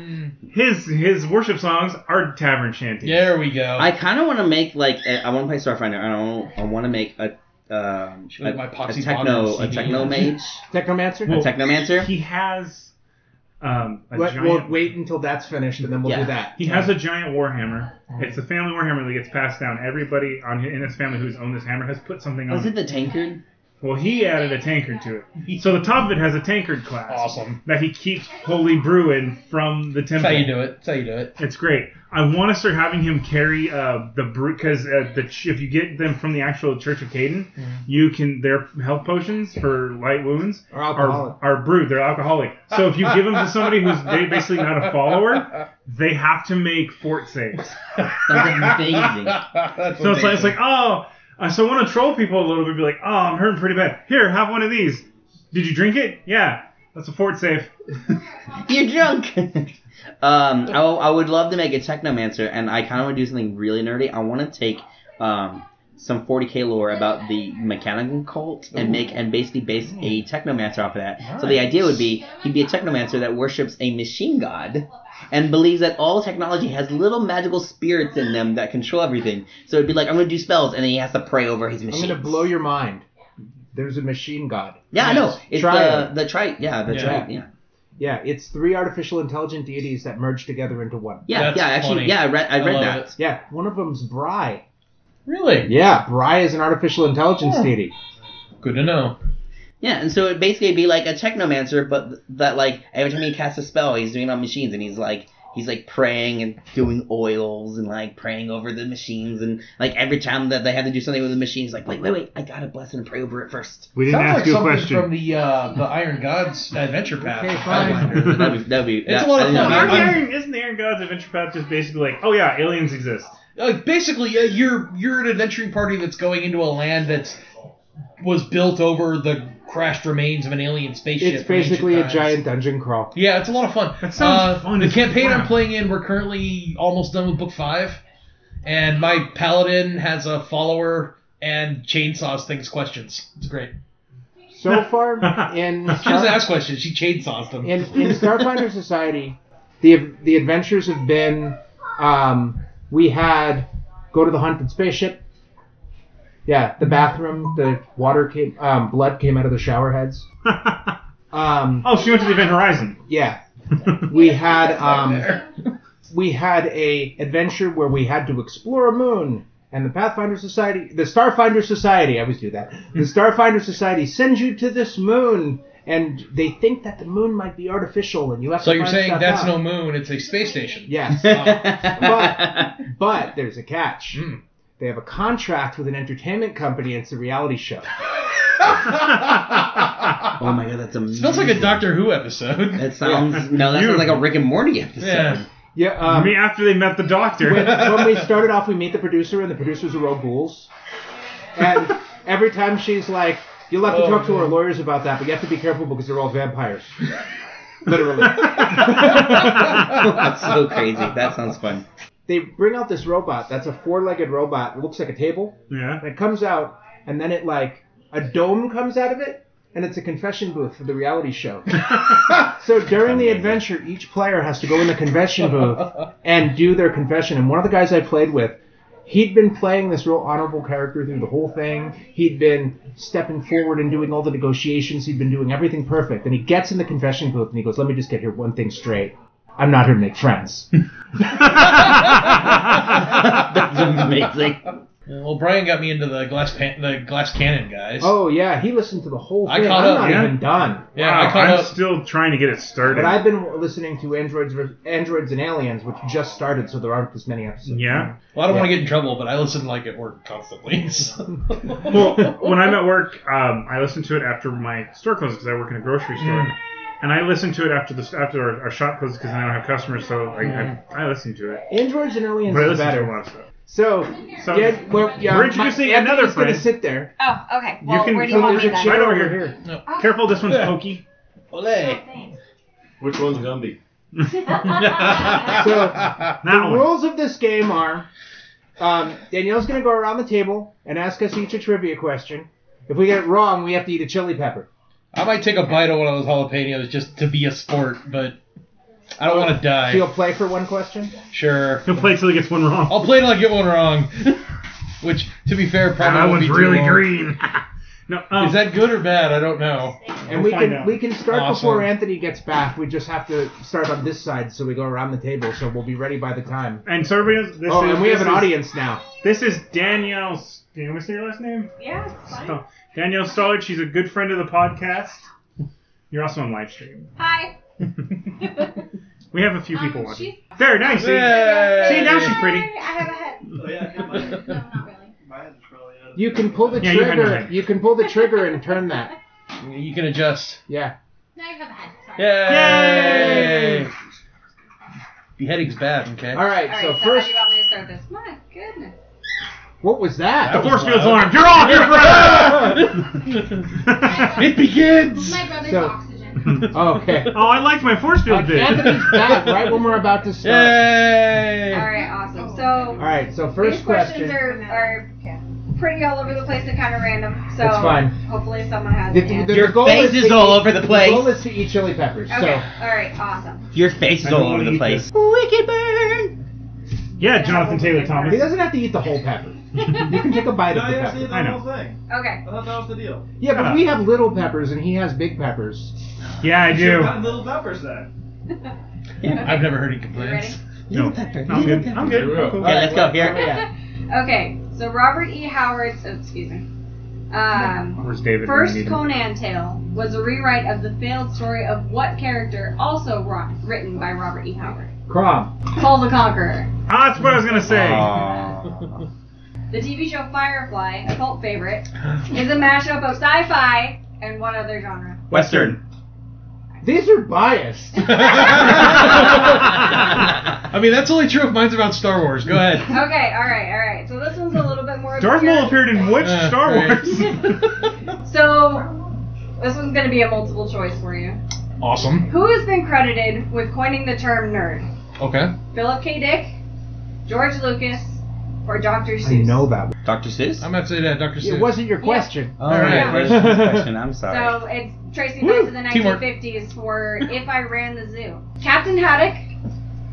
Speaker 5: Mm.
Speaker 3: His his worship songs are tavern shanties.
Speaker 5: there we go.
Speaker 4: I kind of want to make like a, I want to play Starfinder. I don't. I want to make a um
Speaker 5: Should
Speaker 4: a,
Speaker 5: we buy
Speaker 4: a
Speaker 5: Poxy
Speaker 4: techno
Speaker 5: Bogner
Speaker 4: a
Speaker 5: CD?
Speaker 4: techno mage
Speaker 1: Technomancer.
Speaker 4: a
Speaker 3: Well,
Speaker 4: technomancer.
Speaker 3: He has um, a
Speaker 1: Let-
Speaker 3: giant.
Speaker 1: we'll wait until that's finished and then we'll
Speaker 4: Yeah.
Speaker 1: do that.
Speaker 3: He has a giant warhammer. It's a family warhammer that gets passed down. Everybody on hi- in his family who's owned this hammer has put something
Speaker 4: Was
Speaker 3: on
Speaker 4: it
Speaker 3: it.
Speaker 4: the tankard?
Speaker 3: Well, he added a tankard to it. So the top of it has a tankard class.
Speaker 5: Awesome.
Speaker 3: That he keeps holy brew in from the temple.
Speaker 5: That's how you do it. That's how you do it.
Speaker 3: It's great. I want to start having him carry uh, the brew because uh, the ch- if you get them from the actual Church of Caden,
Speaker 5: Mm-hmm.
Speaker 3: you can their health potions for light wounds
Speaker 1: Or
Speaker 3: are,
Speaker 1: alcoholic.
Speaker 3: are brewed. They're alcoholic. So if you give them to somebody who's they basically not a follower, they have to make fort saves.
Speaker 4: That's amazing.
Speaker 5: That's
Speaker 3: So it's like, it's
Speaker 5: amazing.
Speaker 3: like oh, I so want to troll people a little bit. Be like, oh, I'm hurting pretty bad. Here, have one of these. Did you drink it? Yeah, that's a fort save.
Speaker 4: You're drunk. um, I, I would love to make a technomancer, and I kind of want to do something really nerdy. I want to take um some 40k lore about the mechanical cult and make and basically base a technomancer off of that. So the idea would be he'd be a technomancer that worships a machine god. And believes that all technology has little magical spirits in them that control everything. So it'd be like, I'm gonna do spells, and then he has to pray over his
Speaker 1: I'm
Speaker 4: machine.
Speaker 1: gonna blow your mind. There's a machine god.
Speaker 4: Yeah, I know. It's
Speaker 1: Triad.
Speaker 4: the the trite. Yeah, the
Speaker 5: Yeah.
Speaker 4: trite. Yeah.
Speaker 1: Yeah, it's three artificial intelligent deities that merge together into one.
Speaker 4: Yeah,
Speaker 5: That's
Speaker 4: yeah, actually,
Speaker 5: funny.
Speaker 4: yeah, I read, I read
Speaker 5: love
Speaker 4: that.
Speaker 5: it.
Speaker 1: Yeah, one of them's Bry.
Speaker 5: Really?
Speaker 1: Yeah, Bry is an artificial intelligence deity.
Speaker 5: Good to know.
Speaker 4: Yeah, and so it basically be like a technomancer, but th- that like every time he casts a spell, he's doing it on machines, and he's like he's like praying and doing oils and like praying over the machines, and like every time that they have to do something with the machine, he's like, wait, wait, wait, I gotta bless it and pray over it first.
Speaker 3: We didn't
Speaker 5: Sounds
Speaker 3: ask
Speaker 5: like
Speaker 3: you a
Speaker 5: something
Speaker 3: question.
Speaker 5: from the uh, the Iron Gods adventure path.
Speaker 1: Okay, fine.
Speaker 4: That'd be, that'd be
Speaker 5: It's a lot
Speaker 4: I
Speaker 5: of
Speaker 4: don't know.
Speaker 5: fun.
Speaker 3: Aren't
Speaker 5: I'm-
Speaker 3: the Iron, isn't the Iron Gods Adventure Path just basically like, oh yeah, aliens exist?
Speaker 5: Like basically, uh, you're you're an adventuring party that's going into a land that's was built over the crashed remains of an alien spaceship.
Speaker 1: It's
Speaker 5: from ancient
Speaker 1: basically a
Speaker 5: times.
Speaker 1: giant dungeon crawl.
Speaker 5: Yeah, it's a lot of fun.
Speaker 3: That sounds
Speaker 5: uh,
Speaker 3: fun
Speaker 5: The
Speaker 3: as
Speaker 5: campaign I'm
Speaker 3: crap.
Speaker 5: playing in, we're currently almost done with book five, and my paladin has a follower and chainsaws things questions. It's great.
Speaker 1: So far in
Speaker 5: She doesn't
Speaker 1: Star-
Speaker 5: ask questions; she chainsaws them.
Speaker 1: in, in Starfinder Society, the the adventures have been um, we had go to the haunted spaceship. Yeah, the bathroom, the water came, um, blood came out of the shower heads. Um,
Speaker 3: oh, she went to the Event Horizon.
Speaker 1: yeah, we had um,
Speaker 5: There.
Speaker 1: we had a adventure where we had to explore a moon, and the Pathfinder Society, the Starfinder Society, I always do that.
Speaker 5: Hmm.
Speaker 1: The Starfinder Society sends you to this moon, and they think that the moon might be artificial, and you have
Speaker 5: So
Speaker 1: to.
Speaker 5: you're
Speaker 1: find
Speaker 5: saying
Speaker 1: stuff
Speaker 5: that's
Speaker 1: out.
Speaker 5: no moon; it's a space station.
Speaker 1: Yes. but but there's a catch.
Speaker 5: Mm.
Speaker 1: They have a contract with an entertainment company. and It's a reality show.
Speaker 4: oh my god, that's amazing.
Speaker 5: Smells like a Doctor Who episode.
Speaker 4: That sounds no, that sounds like a Rick and Morty episode.
Speaker 5: Yeah.
Speaker 1: Yeah. Um,
Speaker 3: Me after they met the doctor.
Speaker 1: when, when we started off, we meet the producer, and the producers are all ghouls. And every time she's like, You'll have to
Speaker 5: Oh,
Speaker 1: talk to
Speaker 5: man.
Speaker 1: our lawyers about that, but you have to be careful because they're all vampires. Literally.
Speaker 4: That's so crazy. That sounds fun.
Speaker 1: They bring out this robot that's a four legged robot. It looks like a table.
Speaker 3: Yeah.
Speaker 1: And it comes out, and then it, like, a dome comes out of it, and it's a confession booth for the reality show. so during the adventure, each player has to go in the convention booth and do their confession. And one of the guys I played with, he'd been playing this real honorable character through the whole thing. He'd been stepping forward and doing all the negotiations. He'd been doing everything perfect. And he gets in the confession booth and he goes, Let me just get here one thing straight. I'm not here to make friends.
Speaker 4: That's amazing.
Speaker 5: Well, Brian got me into the glass pan- the glass cannon guys.
Speaker 1: oh, yeah, he listened to the whole
Speaker 5: I
Speaker 1: thing.
Speaker 5: caught
Speaker 1: I'm
Speaker 5: up,
Speaker 1: not
Speaker 3: yeah.
Speaker 1: even done.
Speaker 5: yeah, I
Speaker 3: Wow,
Speaker 5: caught
Speaker 3: I'm
Speaker 5: up.
Speaker 3: still trying to get it started.
Speaker 1: But I've been listening to Androids, ver- Androids and Aliens, which just started, so there aren't as many episodes.
Speaker 3: yeah.
Speaker 5: well, I don't want
Speaker 1: yeah.
Speaker 5: to get in trouble, but I listen like at work constantly. So.
Speaker 3: Well, when I'm at work, um, I listen to it after my store closes because I work in a grocery store,
Speaker 1: Mm.
Speaker 3: and I listen to it after the after our, our shop closes because I don't have customers, so I, I, I listen to it.
Speaker 1: Androids and Aliens
Speaker 3: But I
Speaker 1: is
Speaker 3: listen
Speaker 1: Mm. better.
Speaker 3: to a lot of stuff.
Speaker 1: So,
Speaker 3: So
Speaker 1: yeah, well, yeah,
Speaker 3: we're introducing
Speaker 1: my,
Speaker 3: another
Speaker 1: Anthony's
Speaker 3: friend.
Speaker 1: gonna sit there.
Speaker 7: Oh, okay.
Speaker 3: You
Speaker 7: Well,
Speaker 3: can-
Speaker 7: where do
Speaker 3: so
Speaker 7: you want
Speaker 1: there's a
Speaker 7: me then?
Speaker 1: chair
Speaker 3: Right over
Speaker 1: over
Speaker 3: here.
Speaker 1: here.
Speaker 7: Oh,
Speaker 3: Careful, this one's
Speaker 5: Yeah.
Speaker 3: pokey.
Speaker 7: oh,
Speaker 5: Olay.
Speaker 7: thanks.
Speaker 8: Which one's Gumby?
Speaker 1: So-
Speaker 3: That
Speaker 1: the
Speaker 3: one.
Speaker 1: rules of this game are um, Danielle's going to go around the table and ask us each a trivia question. If we get it wrong, we have to eat a chili pepper.
Speaker 5: I might take a bite of one of those jalapenos just to be a sport, but I don't want to die.
Speaker 1: So you'll play for one question?
Speaker 5: Sure.
Speaker 3: He'll play till he gets one wrong.
Speaker 5: I'll play till I get one wrong. Which, to be fair, probably
Speaker 3: that
Speaker 5: won't
Speaker 3: one's
Speaker 5: be too
Speaker 3: really
Speaker 5: long.
Speaker 3: green. no, um,
Speaker 5: Is that good or bad? I don't know.
Speaker 1: And we
Speaker 3: We'll find
Speaker 1: can
Speaker 3: out.
Speaker 1: we can start
Speaker 5: Awesome.
Speaker 1: before Anthony gets back. We just have to start on this side so we go around the table so we'll be ready by the time.
Speaker 3: and so everybody knows this
Speaker 1: oh,
Speaker 3: is,
Speaker 1: and we have
Speaker 3: this
Speaker 1: an
Speaker 3: is-
Speaker 1: audience now.
Speaker 3: This is Danielle's. Do you want me to say your last name?
Speaker 7: Yeah, it's fine.
Speaker 3: Oh, Danielle Stollard. She's a good friend of the podcast. You're also on live stream.
Speaker 7: Hi.
Speaker 3: We have a few people
Speaker 7: Um,
Speaker 3: watching.
Speaker 7: she's-
Speaker 3: There, nice. See,
Speaker 5: Yay.
Speaker 3: see, now she's pretty.
Speaker 7: Hi, I have a head.
Speaker 8: Oh,
Speaker 7: No, not really.
Speaker 1: You can pull the
Speaker 3: Yeah, you had no
Speaker 1: trigger.
Speaker 3: head.
Speaker 1: You, can pull the trigger and turn that.
Speaker 5: You can adjust.
Speaker 1: Yeah.
Speaker 7: Now you have a head. Sorry.
Speaker 5: Yay! Beheading's bad, okay?
Speaker 1: All right.
Speaker 7: All right,
Speaker 1: so
Speaker 7: so, how
Speaker 1: first,
Speaker 7: do you want me to start this? My goodness.
Speaker 1: what was that?
Speaker 3: The
Speaker 5: was
Speaker 3: force field's
Speaker 5: loud.
Speaker 3: armed. You're all here forever.
Speaker 5: it begins!
Speaker 7: My brother's
Speaker 1: So-
Speaker 7: oxygen.
Speaker 1: Oh, okay.
Speaker 3: oh, I liked my force field bit.
Speaker 1: Anthony's back right when we're about to start.
Speaker 5: Yay!
Speaker 7: All right, awesome. So
Speaker 1: Oh, All right, so
Speaker 7: these
Speaker 1: first
Speaker 7: questions
Speaker 1: question.
Speaker 7: are, are pretty all over the place and kind of random. So
Speaker 1: That's fine.
Speaker 7: hopefully someone has
Speaker 1: The-
Speaker 7: an
Speaker 1: the-
Speaker 7: answer.
Speaker 4: Your
Speaker 1: the goal
Speaker 4: face
Speaker 1: to
Speaker 4: is all
Speaker 1: eat-
Speaker 4: over the
Speaker 1: The goal
Speaker 4: place.
Speaker 1: is to eat chili peppers.
Speaker 7: Okay. All right. Awesome.
Speaker 4: Your face is all over the place. Wicked burn.
Speaker 3: yeah, Jonathan Taylor
Speaker 1: So he
Speaker 3: Thomas.
Speaker 1: doesn't have to eat the whole pepper. You can take a bite of the pepper.
Speaker 3: I know.
Speaker 8: thing.
Speaker 7: Okay.
Speaker 8: I thought that was the deal.
Speaker 1: Yeah,
Speaker 3: Shut
Speaker 1: but
Speaker 3: up.
Speaker 1: we have little peppers and he has big peppers.
Speaker 3: Yeah, I do.
Speaker 8: Got little peppers then.
Speaker 5: I've never heard any
Speaker 7: You
Speaker 5: complaints.
Speaker 7: ready?
Speaker 3: No, I'm good. I'm good. I'm cool.
Speaker 4: Yeah, let's go here.
Speaker 1: Hurry up.
Speaker 7: Okay. So Robert E. Howard's. Oh, excuse me. Um,
Speaker 3: Where's David?
Speaker 7: first
Speaker 3: We need him.
Speaker 7: Conan tale was a rewrite of the failed story of what character also ro- written by Robert E. Howard?
Speaker 1: Crom.
Speaker 7: Paul the Conqueror.
Speaker 3: Ah, that's what I was gonna say.
Speaker 4: Aw.
Speaker 7: The TV show Firefly, a cult favorite, is a mashup of sci-fi and one other genre.
Speaker 4: Western.
Speaker 1: These are biased.
Speaker 5: I mean, that's only true if mine's about Star Wars. Go ahead.
Speaker 7: Okay, all right, all right. So this one's a little bit more.
Speaker 3: Darth
Speaker 7: obscure.
Speaker 3: Maul appeared in which
Speaker 5: Uh,
Speaker 3: Star
Speaker 5: right.
Speaker 3: Wars?
Speaker 7: So this one's gonna be a multiple choice for you.
Speaker 5: Awesome.
Speaker 7: Who has been credited with coining the term nerd?
Speaker 5: Okay.
Speaker 7: Philip K. Dick, George Lucas, or Dr.
Speaker 1: I
Speaker 7: Seuss?
Speaker 1: know that. one.
Speaker 4: Dr. Seuss. Oh,
Speaker 5: I'm going to have to say that, Dr. Seuss.
Speaker 1: It wasn't your question.
Speaker 4: All right.
Speaker 5: Yeah.
Speaker 4: Where's this question? I'm sorry.
Speaker 7: So it's Tracy
Speaker 5: Woo,
Speaker 7: Bates in the
Speaker 5: teamwork.
Speaker 7: 1950s for If I Ran the Zoo. Captain Haddock,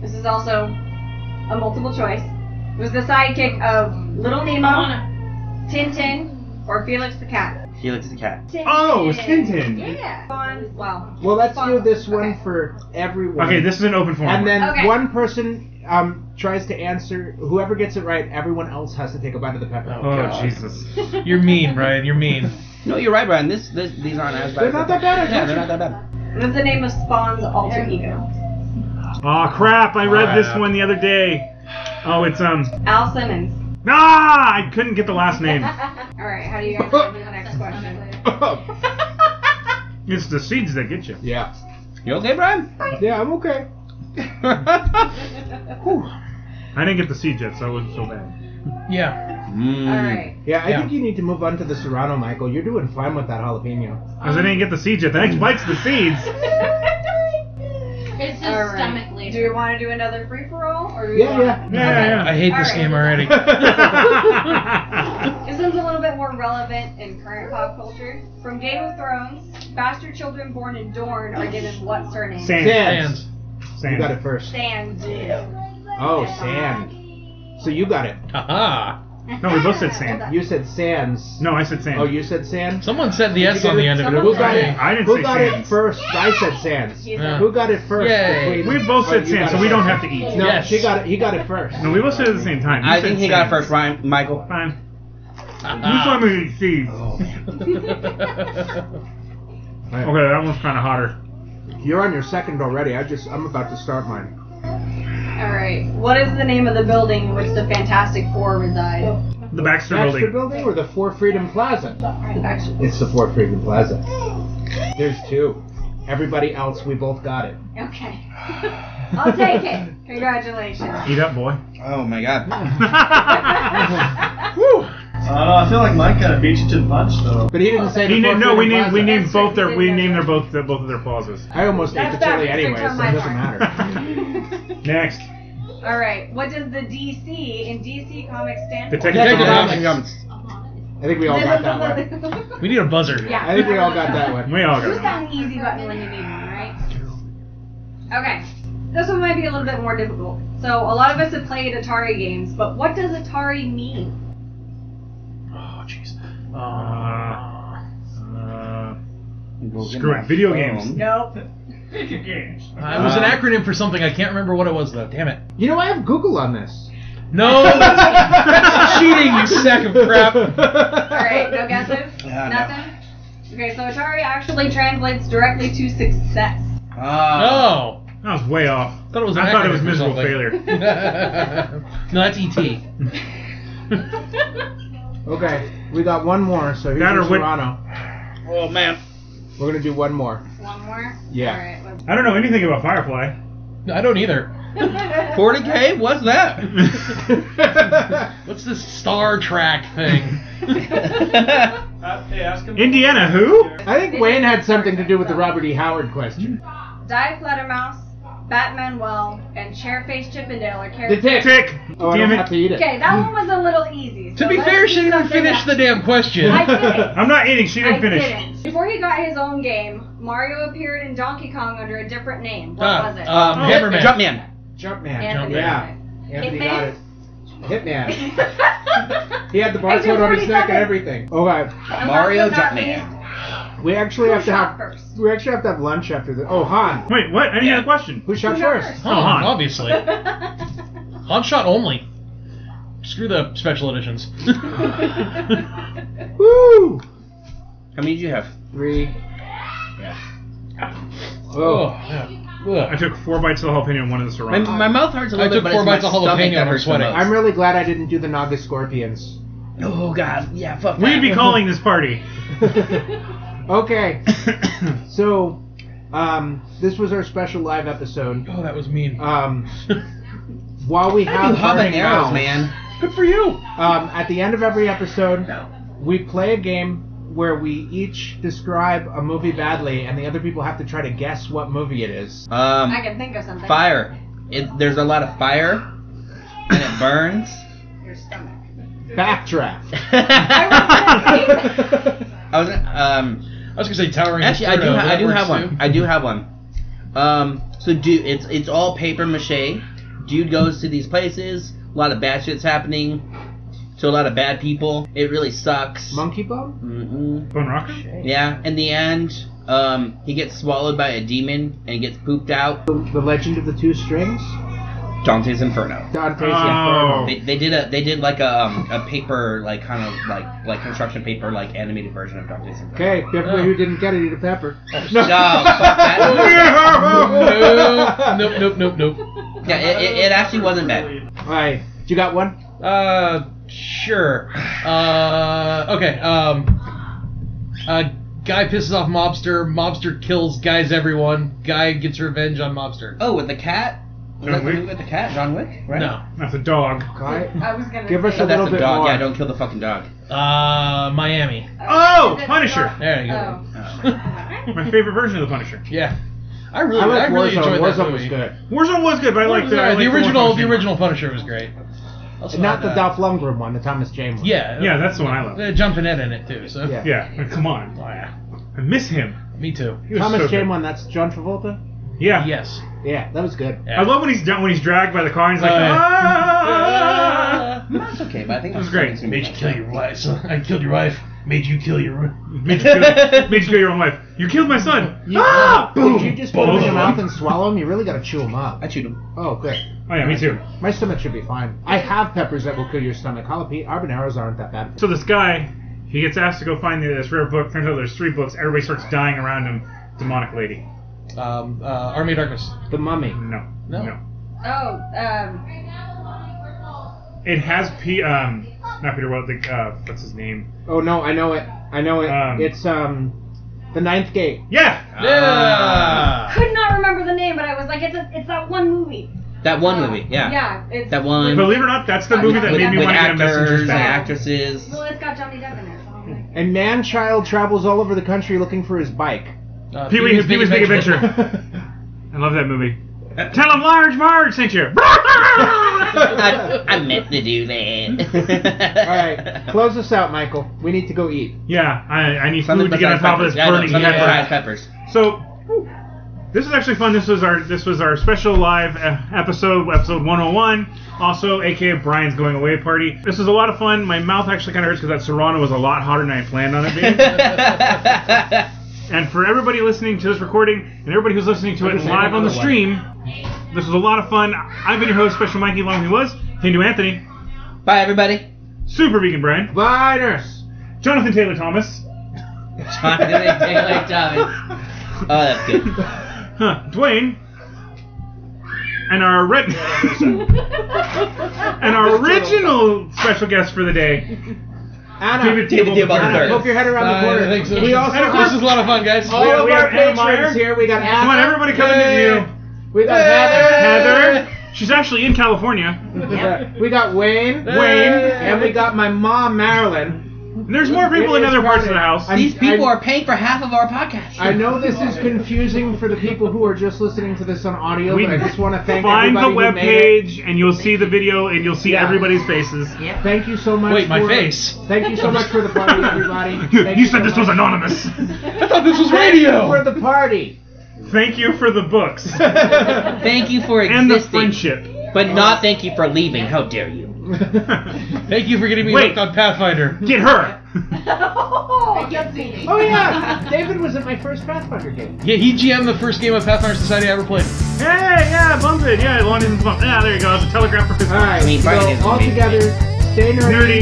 Speaker 7: this is also a multiple choice, was the sidekick of Little Nemo, Tintin, or Felix the Cat.
Speaker 4: Felix the cat.
Speaker 3: Oh, it's Tintin.
Speaker 7: Yeah. Fawn- Well,
Speaker 1: Well, let's do this one
Speaker 7: Okay.
Speaker 1: for everyone.
Speaker 3: Okay, this is an open forum.
Speaker 1: And then
Speaker 7: Okay.
Speaker 1: one person um, tries to answer. Whoever gets it right, everyone else has to take a bite of the pepper.
Speaker 5: Oh.
Speaker 3: Oh
Speaker 5: God.
Speaker 3: Jesus.
Speaker 5: You're mean, Brian. You're mean.
Speaker 4: No, you're right, Brian. This, this these aren't as bad.
Speaker 1: They're
Speaker 4: as
Speaker 1: not
Speaker 4: I
Speaker 1: that bad, I
Speaker 4: thought. Yeah,
Speaker 1: told
Speaker 4: they're
Speaker 1: you.
Speaker 4: not that bad.
Speaker 7: What's the name of Spawn's alter ego?
Speaker 3: Oh crap! I read this
Speaker 5: Crap.
Speaker 3: one the other day. Oh, it's um.
Speaker 7: Al Simmons.
Speaker 3: Ah, I couldn't get the last name.
Speaker 7: Alright, how do you guys do the next question?
Speaker 3: It's the seeds that get you.
Speaker 1: Oh. yeah.
Speaker 4: You okay, Brian?
Speaker 1: Yeah, I'm okay.
Speaker 4: All
Speaker 3: I didn't get the seeds yet, so it wasn't so bad.
Speaker 5: Yeah.
Speaker 4: Mm.
Speaker 7: All right.
Speaker 1: Yeah, I
Speaker 5: Yeah.
Speaker 1: think you need to move on to the Serrano, Michael. You're doing fine with that jalapeno.
Speaker 3: Because I didn't get the seeds yet. The next bite's the seeds.
Speaker 9: It's just
Speaker 7: All right.
Speaker 9: stomach later.
Speaker 7: Do we want to do another free for all, or do we
Speaker 1: Yeah,
Speaker 7: want...
Speaker 1: yeah.
Speaker 5: I
Speaker 3: Yeah,
Speaker 5: hate
Speaker 7: All
Speaker 5: this
Speaker 7: right.
Speaker 5: game already.
Speaker 3: yeah.
Speaker 7: This one's a little bit more relevant in current pop culture. From Game of Thrones, bastard children born in Dorne are given what surname?
Speaker 3: Sand.
Speaker 1: Sands. You got it
Speaker 3: Sand.
Speaker 1: first.
Speaker 7: Sand.
Speaker 1: Oh, sand. So you got it.
Speaker 5: Haha.
Speaker 3: No, we both said sand.
Speaker 1: You said sands.
Speaker 3: No, I said sand.
Speaker 1: Oh, you said sands.
Speaker 5: Someone said the
Speaker 1: Did
Speaker 5: S
Speaker 1: you
Speaker 5: on
Speaker 1: get
Speaker 5: the
Speaker 1: it?
Speaker 5: end of it.
Speaker 7: Someone
Speaker 5: It was
Speaker 7: got
Speaker 5: me.
Speaker 7: it.
Speaker 3: I didn't
Speaker 1: Who
Speaker 3: say
Speaker 1: got it
Speaker 3: sands.
Speaker 1: first? I said sands.
Speaker 7: He
Speaker 5: Yeah.
Speaker 7: said-
Speaker 1: Who got it first?
Speaker 5: Yay.
Speaker 1: between-
Speaker 3: We both
Speaker 1: Oh,
Speaker 3: said
Speaker 1: you got
Speaker 3: sand,
Speaker 1: it
Speaker 3: so we don't have
Speaker 1: first.
Speaker 3: to eat.
Speaker 1: No,
Speaker 5: Yes.
Speaker 1: she got it. He got it first.
Speaker 3: No, we both said it at the same time. You
Speaker 4: I
Speaker 3: said
Speaker 4: think he
Speaker 3: sand.
Speaker 4: got Uh, first, Ryan, Michael.
Speaker 3: Fine. Which
Speaker 5: Haha.
Speaker 3: one was it, seeds?
Speaker 1: oh.
Speaker 3: Okay, that one's kind of hotter.
Speaker 1: You're on your second already. I just I'm about to start mine.
Speaker 7: All right. What is the name of the building in which the Fantastic Four reside?
Speaker 3: The Baxter,
Speaker 1: Baxter
Speaker 3: building.
Speaker 1: Building or the Four Freedom Plaza?
Speaker 7: Actually,
Speaker 1: It's the Four Freedom Plaza. There's two. Everybody else, we both got it.
Speaker 7: okay. I'll take it. Congratulations.
Speaker 3: Eat up, boy.
Speaker 4: Oh my god.
Speaker 8: Uh, I feel like Mike kind of beat you to the punch, though.
Speaker 1: But he didn't say
Speaker 3: He
Speaker 1: the
Speaker 3: named,
Speaker 1: Four
Speaker 3: no,
Speaker 1: Freedom
Speaker 3: we named we
Speaker 1: Plaza.
Speaker 3: named both their we
Speaker 7: That's
Speaker 3: named their
Speaker 7: right.
Speaker 3: both their, both of their pauses.
Speaker 1: I almost ate
Speaker 7: That's
Speaker 1: the chili
Speaker 7: backwards.
Speaker 1: anyway,
Speaker 7: It's
Speaker 1: so
Speaker 7: on
Speaker 1: it
Speaker 7: my
Speaker 1: doesn't
Speaker 7: part.
Speaker 1: matter.
Speaker 3: Next,
Speaker 7: All right. What does the DC in DC Comics stand for?
Speaker 3: Detective
Speaker 5: Detective
Speaker 3: Comics.
Speaker 1: I think we all got that one.
Speaker 5: We need a buzzer.
Speaker 7: yeah.
Speaker 1: I think we all got that one.
Speaker 3: We all
Speaker 7: Use
Speaker 3: got
Speaker 7: that easy button when you need one, right? Okay. This one might be a little bit more difficult. So a lot of us have played Atari games, but what does Atari mean?
Speaker 5: Oh, jeez.
Speaker 3: it. Uh,
Speaker 4: Go get
Speaker 3: Screw it,
Speaker 4: my
Speaker 3: video
Speaker 4: phone.
Speaker 3: games.
Speaker 7: Nope.
Speaker 8: Video games.
Speaker 5: Uh, it was an
Speaker 4: Uh,
Speaker 5: acronym for something. I can't remember what it was though. Damn it.
Speaker 1: You know, I have Google on this.
Speaker 5: No, that's, that's cheating, you sack of crap.
Speaker 7: All
Speaker 3: Uh,
Speaker 7: right. No guesses.
Speaker 4: Ah, no.
Speaker 7: Nothing. Okay. So Atari actually translates directly to success.
Speaker 4: Ah.
Speaker 5: No,
Speaker 3: That was way off.
Speaker 5: I thought it was. An
Speaker 3: I thought it was
Speaker 5: acronym for
Speaker 3: miserable
Speaker 5: something.
Speaker 3: failure.
Speaker 5: no, that's E ET.
Speaker 1: Okay, we got one more, so here's
Speaker 3: That or
Speaker 1: your
Speaker 3: what-
Speaker 1: Serrano.
Speaker 4: Oh man.
Speaker 1: We're gonna do one more.
Speaker 7: One more.
Speaker 1: Yeah.
Speaker 7: All right.
Speaker 3: I don't know anything about Firefly.
Speaker 5: No, I don't either.
Speaker 4: 40k? What's that?
Speaker 5: What's this Star Trek thing?
Speaker 8: Uh, hey, ask him.
Speaker 3: Indiana, who?
Speaker 1: I think Wayne had something to do with the Robert E. Howard question.
Speaker 7: Die Fluttermouse, Batman Well, and Chairface Chippendale are
Speaker 1: The tick.
Speaker 7: characters.
Speaker 3: Tick.
Speaker 1: Oh, I
Speaker 3: Damn
Speaker 1: don't
Speaker 3: it.
Speaker 1: have to eat it.
Speaker 7: Okay, that one was a little easy.
Speaker 5: to
Speaker 7: so
Speaker 5: be
Speaker 7: let's
Speaker 5: fair,
Speaker 7: do
Speaker 5: she didn't
Speaker 7: something
Speaker 5: finish
Speaker 7: else.
Speaker 5: the damn question. Uh,
Speaker 7: I didn't.
Speaker 3: I'm not eating. She didn't
Speaker 7: I
Speaker 3: finish.
Speaker 7: didn't. Before he got his own game, Mario appeared in Donkey Kong under a different name. What
Speaker 5: Ah,
Speaker 7: was it?
Speaker 5: um,
Speaker 3: Oh,
Speaker 5: Hammerman.
Speaker 4: Jumpman.
Speaker 1: Jumpman.
Speaker 7: Anthony.
Speaker 1: Yeah. Anthony
Speaker 7: Hitman?
Speaker 1: got it. Hitman.
Speaker 7: Hitman.
Speaker 1: He had the
Speaker 7: I did
Speaker 1: barcode on his
Speaker 7: 40
Speaker 1: neck and
Speaker 7: seconds.
Speaker 1: everything. Okay,
Speaker 7: And
Speaker 4: Mario
Speaker 7: last but not
Speaker 4: Jumpman.
Speaker 7: least,
Speaker 1: we actually
Speaker 7: Who
Speaker 1: have to
Speaker 7: shot
Speaker 1: have
Speaker 7: first?
Speaker 1: we actually have to have lunch after this. Oh, Han,
Speaker 3: Wait, what? I didn't have a question.
Speaker 1: who shot
Speaker 7: Who shot
Speaker 1: first?
Speaker 5: Oh,
Speaker 3: Han.
Speaker 5: obviously. Han shot only. Screw the special editions.
Speaker 1: Woo!
Speaker 4: How many did you have?
Speaker 1: Three.
Speaker 5: oh,
Speaker 1: Oh,
Speaker 5: yeah.
Speaker 3: I
Speaker 5: Ugh.
Speaker 3: took four bites of the jalapeno and one of the
Speaker 4: My,
Speaker 3: serrano.
Speaker 4: my mouth hurts a
Speaker 5: I
Speaker 4: little bit,
Speaker 5: took
Speaker 4: but
Speaker 5: four
Speaker 4: it's my
Speaker 5: bites of
Speaker 4: stomach
Speaker 5: jalapeno
Speaker 4: that
Speaker 5: and I'm
Speaker 4: hurts the
Speaker 5: sweating.
Speaker 4: most.
Speaker 1: I'm really glad I didn't do the Naga Scorpions.
Speaker 4: Oh god, yeah, fuck
Speaker 3: We'd
Speaker 4: that.
Speaker 3: be calling this party.
Speaker 1: Okay, so um, this was our special live episode.
Speaker 5: Oh, that was mean.
Speaker 4: Uh,
Speaker 1: Um, while we
Speaker 4: How
Speaker 1: have
Speaker 4: do you
Speaker 1: burning
Speaker 4: habaneros,
Speaker 1: mouths,
Speaker 4: man?
Speaker 5: Good for you.
Speaker 1: Um, at the end of every episode,
Speaker 4: No.
Speaker 1: we play a game where we each describe a movie badly, and the other people have to try to guess what movie it is.
Speaker 7: I
Speaker 4: Um,
Speaker 7: can think of something.
Speaker 4: fire. It, there's a lot of fire, and it burns.
Speaker 7: Your stomach.
Speaker 1: Backdraft.
Speaker 4: I was um.
Speaker 5: I was gonna say towering.
Speaker 4: Actually, I do.
Speaker 5: Inferno,
Speaker 4: Ha-
Speaker 5: that
Speaker 4: I do
Speaker 5: works
Speaker 4: have
Speaker 5: too.
Speaker 4: one. I do have one. Um. So dude, it's it's all paper mache. Dude goes to these places. A lot of bad shits happening. To a lot of bad people. It really sucks.
Speaker 1: Monkey Bone?
Speaker 4: Mm-mm.
Speaker 3: Bone Rocker?
Speaker 4: Yeah. In the end, um, he gets swallowed by a demon and gets pooped out.
Speaker 1: The, the Legend of the Two Strings?
Speaker 4: Dante's Inferno.
Speaker 1: Dante's
Speaker 3: Oh.
Speaker 1: Inferno.
Speaker 4: They, they did a they did like a um, a paper like kind of like like construction paper like animated version of Dante's Inferno.
Speaker 1: Okay, definitely who didn't get it, eat a pepper.
Speaker 5: Oh,
Speaker 4: No, fuck that.
Speaker 5: nope, nope, nope, nope, nope.
Speaker 4: yeah, it, it, it actually wasn't bad.
Speaker 1: Alright, you got one?
Speaker 5: Uh, sure. Uh, okay. Um, uh, guy pisses off mobster. Mobster kills guys. Everyone. Guy gets revenge on mobster.
Speaker 4: Oh, with the cat?
Speaker 9: Was
Speaker 3: John
Speaker 9: that the
Speaker 3: Wick?
Speaker 9: movie with the cat? John Wick? Right?
Speaker 5: No.
Speaker 3: That's a dog.
Speaker 7: I was gonna
Speaker 1: Give
Speaker 7: say-
Speaker 1: us
Speaker 9: Oh,
Speaker 1: a
Speaker 9: that's
Speaker 1: little
Speaker 9: the
Speaker 1: bit
Speaker 9: dog.
Speaker 1: more.
Speaker 9: Yeah, don't kill the fucking dog.
Speaker 5: Uh, Miami.
Speaker 3: Oh,
Speaker 7: Is it
Speaker 3: Punisher.
Speaker 7: not-
Speaker 5: There you go.
Speaker 7: Oh.
Speaker 3: My favorite version of the Punisher.
Speaker 5: Yeah. I really,
Speaker 1: I
Speaker 5: I,
Speaker 1: like
Speaker 5: really
Speaker 1: Warzone.
Speaker 5: enjoyed that
Speaker 1: Warzone was
Speaker 5: movie.
Speaker 1: good.
Speaker 3: Warzone was good, but I
Speaker 5: Warzone
Speaker 3: liked
Speaker 5: was
Speaker 3: the, I
Speaker 5: alright.
Speaker 3: liked
Speaker 5: the
Speaker 3: one
Speaker 5: original. The
Speaker 3: Punisher.
Speaker 5: original Punisher was great. Also
Speaker 1: Not the
Speaker 5: had, uh,
Speaker 1: Dolph Lundgren one, the Thomas Jane one.
Speaker 5: Yeah.
Speaker 3: Yeah, that's the one I love.
Speaker 5: The jumping head in it too. So.
Speaker 1: Yeah.
Speaker 3: Yeah, come on. I miss him.
Speaker 5: Me too.
Speaker 3: He was
Speaker 1: Thomas
Speaker 3: so
Speaker 1: Jane
Speaker 3: good.
Speaker 1: one, that's John Travolta?
Speaker 3: Yeah.
Speaker 5: Yes.
Speaker 1: Yeah, that was good.
Speaker 5: Yeah.
Speaker 3: I love when he's done when he's dragged by the car and he's like,
Speaker 5: Oh, yeah.
Speaker 4: uh.
Speaker 3: ah!
Speaker 9: No, it's okay, but I think
Speaker 3: It was
Speaker 9: my
Speaker 3: great.
Speaker 9: son's gonna be
Speaker 5: Made you
Speaker 9: like
Speaker 5: kill
Speaker 9: that.
Speaker 5: your wife. So I killed your wife. Made you kill your.
Speaker 3: made, you kill, made you kill your own wife. You killed my son. ah! Boom.
Speaker 1: Did you just put
Speaker 3: Boom.
Speaker 1: them in your mouth and swallow them? You really gotta chew them up.
Speaker 9: I chewed him.
Speaker 1: Oh, good.
Speaker 3: Oh yeah, me too.
Speaker 1: My stomach should be fine. I have peppers that will kill your stomach. Jalapeno habaneros aren't that bad.
Speaker 3: So this guy, he gets asked to go find the, this rare book. Turns out there's three books. Everybody starts dying around him. Demonic lady.
Speaker 5: Um, uh, Army of Darkness.
Speaker 1: The mummy.
Speaker 3: No.
Speaker 5: No.
Speaker 3: No.
Speaker 7: Oh, um,
Speaker 3: It has P. Um, not Peter. What the? Uh, what's his name?
Speaker 1: Oh no, I know it. I know it.
Speaker 3: Um,
Speaker 1: it's um, the ninth gate.
Speaker 3: Yeah.
Speaker 5: Yeah.
Speaker 3: Ah.
Speaker 7: could not remember the name, but I was like, it's a, it's that one movie.
Speaker 9: That one
Speaker 7: Uh,
Speaker 9: movie, yeah.
Speaker 7: Yeah, it's
Speaker 9: That one
Speaker 3: Believe it or not, that's the movie that
Speaker 9: with,
Speaker 3: made me
Speaker 9: with
Speaker 3: want to get a messenger's
Speaker 9: actors and
Speaker 3: bag.
Speaker 9: actresses.
Speaker 7: Well, it's got Johnny Depp in it. so I'm like-
Speaker 1: And man child travels all over the country looking for his bike.
Speaker 5: Uh,
Speaker 3: Pee Wee, Pee Wee's Big Adventure. I love that movie. Tell him Large Marge sent you.
Speaker 9: I, I meant to do that.
Speaker 1: All right, close us out, Michael. We need to go eat.
Speaker 3: yeah, I, I need
Speaker 9: Something
Speaker 3: food to get on
Speaker 9: besides
Speaker 3: top
Speaker 9: peppers.
Speaker 3: of this
Speaker 9: Yeah, I know,
Speaker 3: burning
Speaker 9: something besides
Speaker 3: head.
Speaker 9: peppers.
Speaker 3: So, this is actually fun. This was our this was our special live uh, episode, episode 101. Also, aka Brian's going away party. This was a lot of fun. My mouth actually kind of hurts because that Serrano was a lot hotter than I planned on it being. And for everybody listening to this recording and everybody who's listening to it live on the stream, this was a lot of fun. I've been your host, Special Mikey Long He Was, Hindu Anthony,
Speaker 9: Bye, everybody.
Speaker 3: Super Vegan Brian,
Speaker 1: Bye, nurse.
Speaker 3: Jonathan Taylor Thomas,
Speaker 9: John David Taylor Thomas. Oh, that's good.
Speaker 3: huh, Dwayne, and our red and our original special guest for the day,
Speaker 1: Anna.
Speaker 3: David Table
Speaker 9: David Tebow
Speaker 1: Anna,
Speaker 9: Third.
Speaker 1: poke your head around
Speaker 5: Uh,
Speaker 1: the corner.
Speaker 5: I think so.
Speaker 1: We also
Speaker 3: And of
Speaker 5: this
Speaker 1: have
Speaker 5: is a lot of fun, guys.
Speaker 1: all
Speaker 3: we have-
Speaker 1: of
Speaker 3: we
Speaker 1: our
Speaker 3: have Anna Meyer.
Speaker 1: patrons here. We got
Speaker 3: Come on,
Speaker 1: Anna.
Speaker 3: everybody come in and view.
Speaker 1: We got
Speaker 3: Heather,
Speaker 1: Heather.
Speaker 3: she's actually in California.
Speaker 1: We got- We got Wayne.
Speaker 3: Wayne.
Speaker 1: And we got my mom, Marilyn.
Speaker 3: And there's more people in other parts of the house.
Speaker 1: I'm-
Speaker 9: These people
Speaker 1: I'm-
Speaker 9: are paying for half of our podcast.
Speaker 1: I know this is confusing for the people who are just listening to this on audio, but I just want to thank
Speaker 3: find the
Speaker 1: everybody who
Speaker 3: web
Speaker 1: made it.
Speaker 3: page and you'll see the video and you'll see
Speaker 1: Yeah.
Speaker 3: everybody's faces.
Speaker 1: Thank you so much.
Speaker 5: Wait, my
Speaker 1: for-
Speaker 5: face.
Speaker 1: Thank you so much for the party, everybody.
Speaker 3: You,
Speaker 1: Thank
Speaker 3: you said
Speaker 1: so
Speaker 3: this
Speaker 1: much.
Speaker 3: was anonymous.
Speaker 5: I thought this was
Speaker 1: Thank you for
Speaker 5: radio.
Speaker 1: the party.
Speaker 3: thank you for the books
Speaker 9: Thank you for
Speaker 3: and the
Speaker 9: existing,
Speaker 3: friendship.
Speaker 9: but not thank you for leaving. How dare you?
Speaker 5: Thank you for getting me
Speaker 3: Wait.
Speaker 5: hooked on Pathfinder.
Speaker 3: Get her.
Speaker 7: Oh, that's me.
Speaker 1: Oh yeah, David was at my first Pathfinder game.
Speaker 5: Yeah, he GM'd the first game of Pathfinder Society I ever played.
Speaker 3: Hey, yeah, bump it. Yeah, long distance bump. Yeah, there you go. It's a telegram for
Speaker 1: All
Speaker 3: physical.
Speaker 1: right,
Speaker 9: I mean, Brian is
Speaker 1: so all
Speaker 9: amazing.
Speaker 1: together, stay nerdy,
Speaker 3: Nerdy,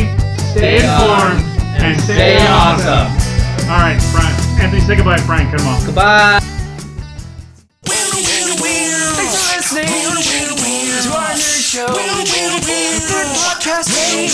Speaker 3: stay informed, and stay awesome. All right, Brian. Anthony, say goodbye. Brian, cut him off.
Speaker 9: Bye.
Speaker 2: Thanks for listening to our nerd show. Podcast Radio.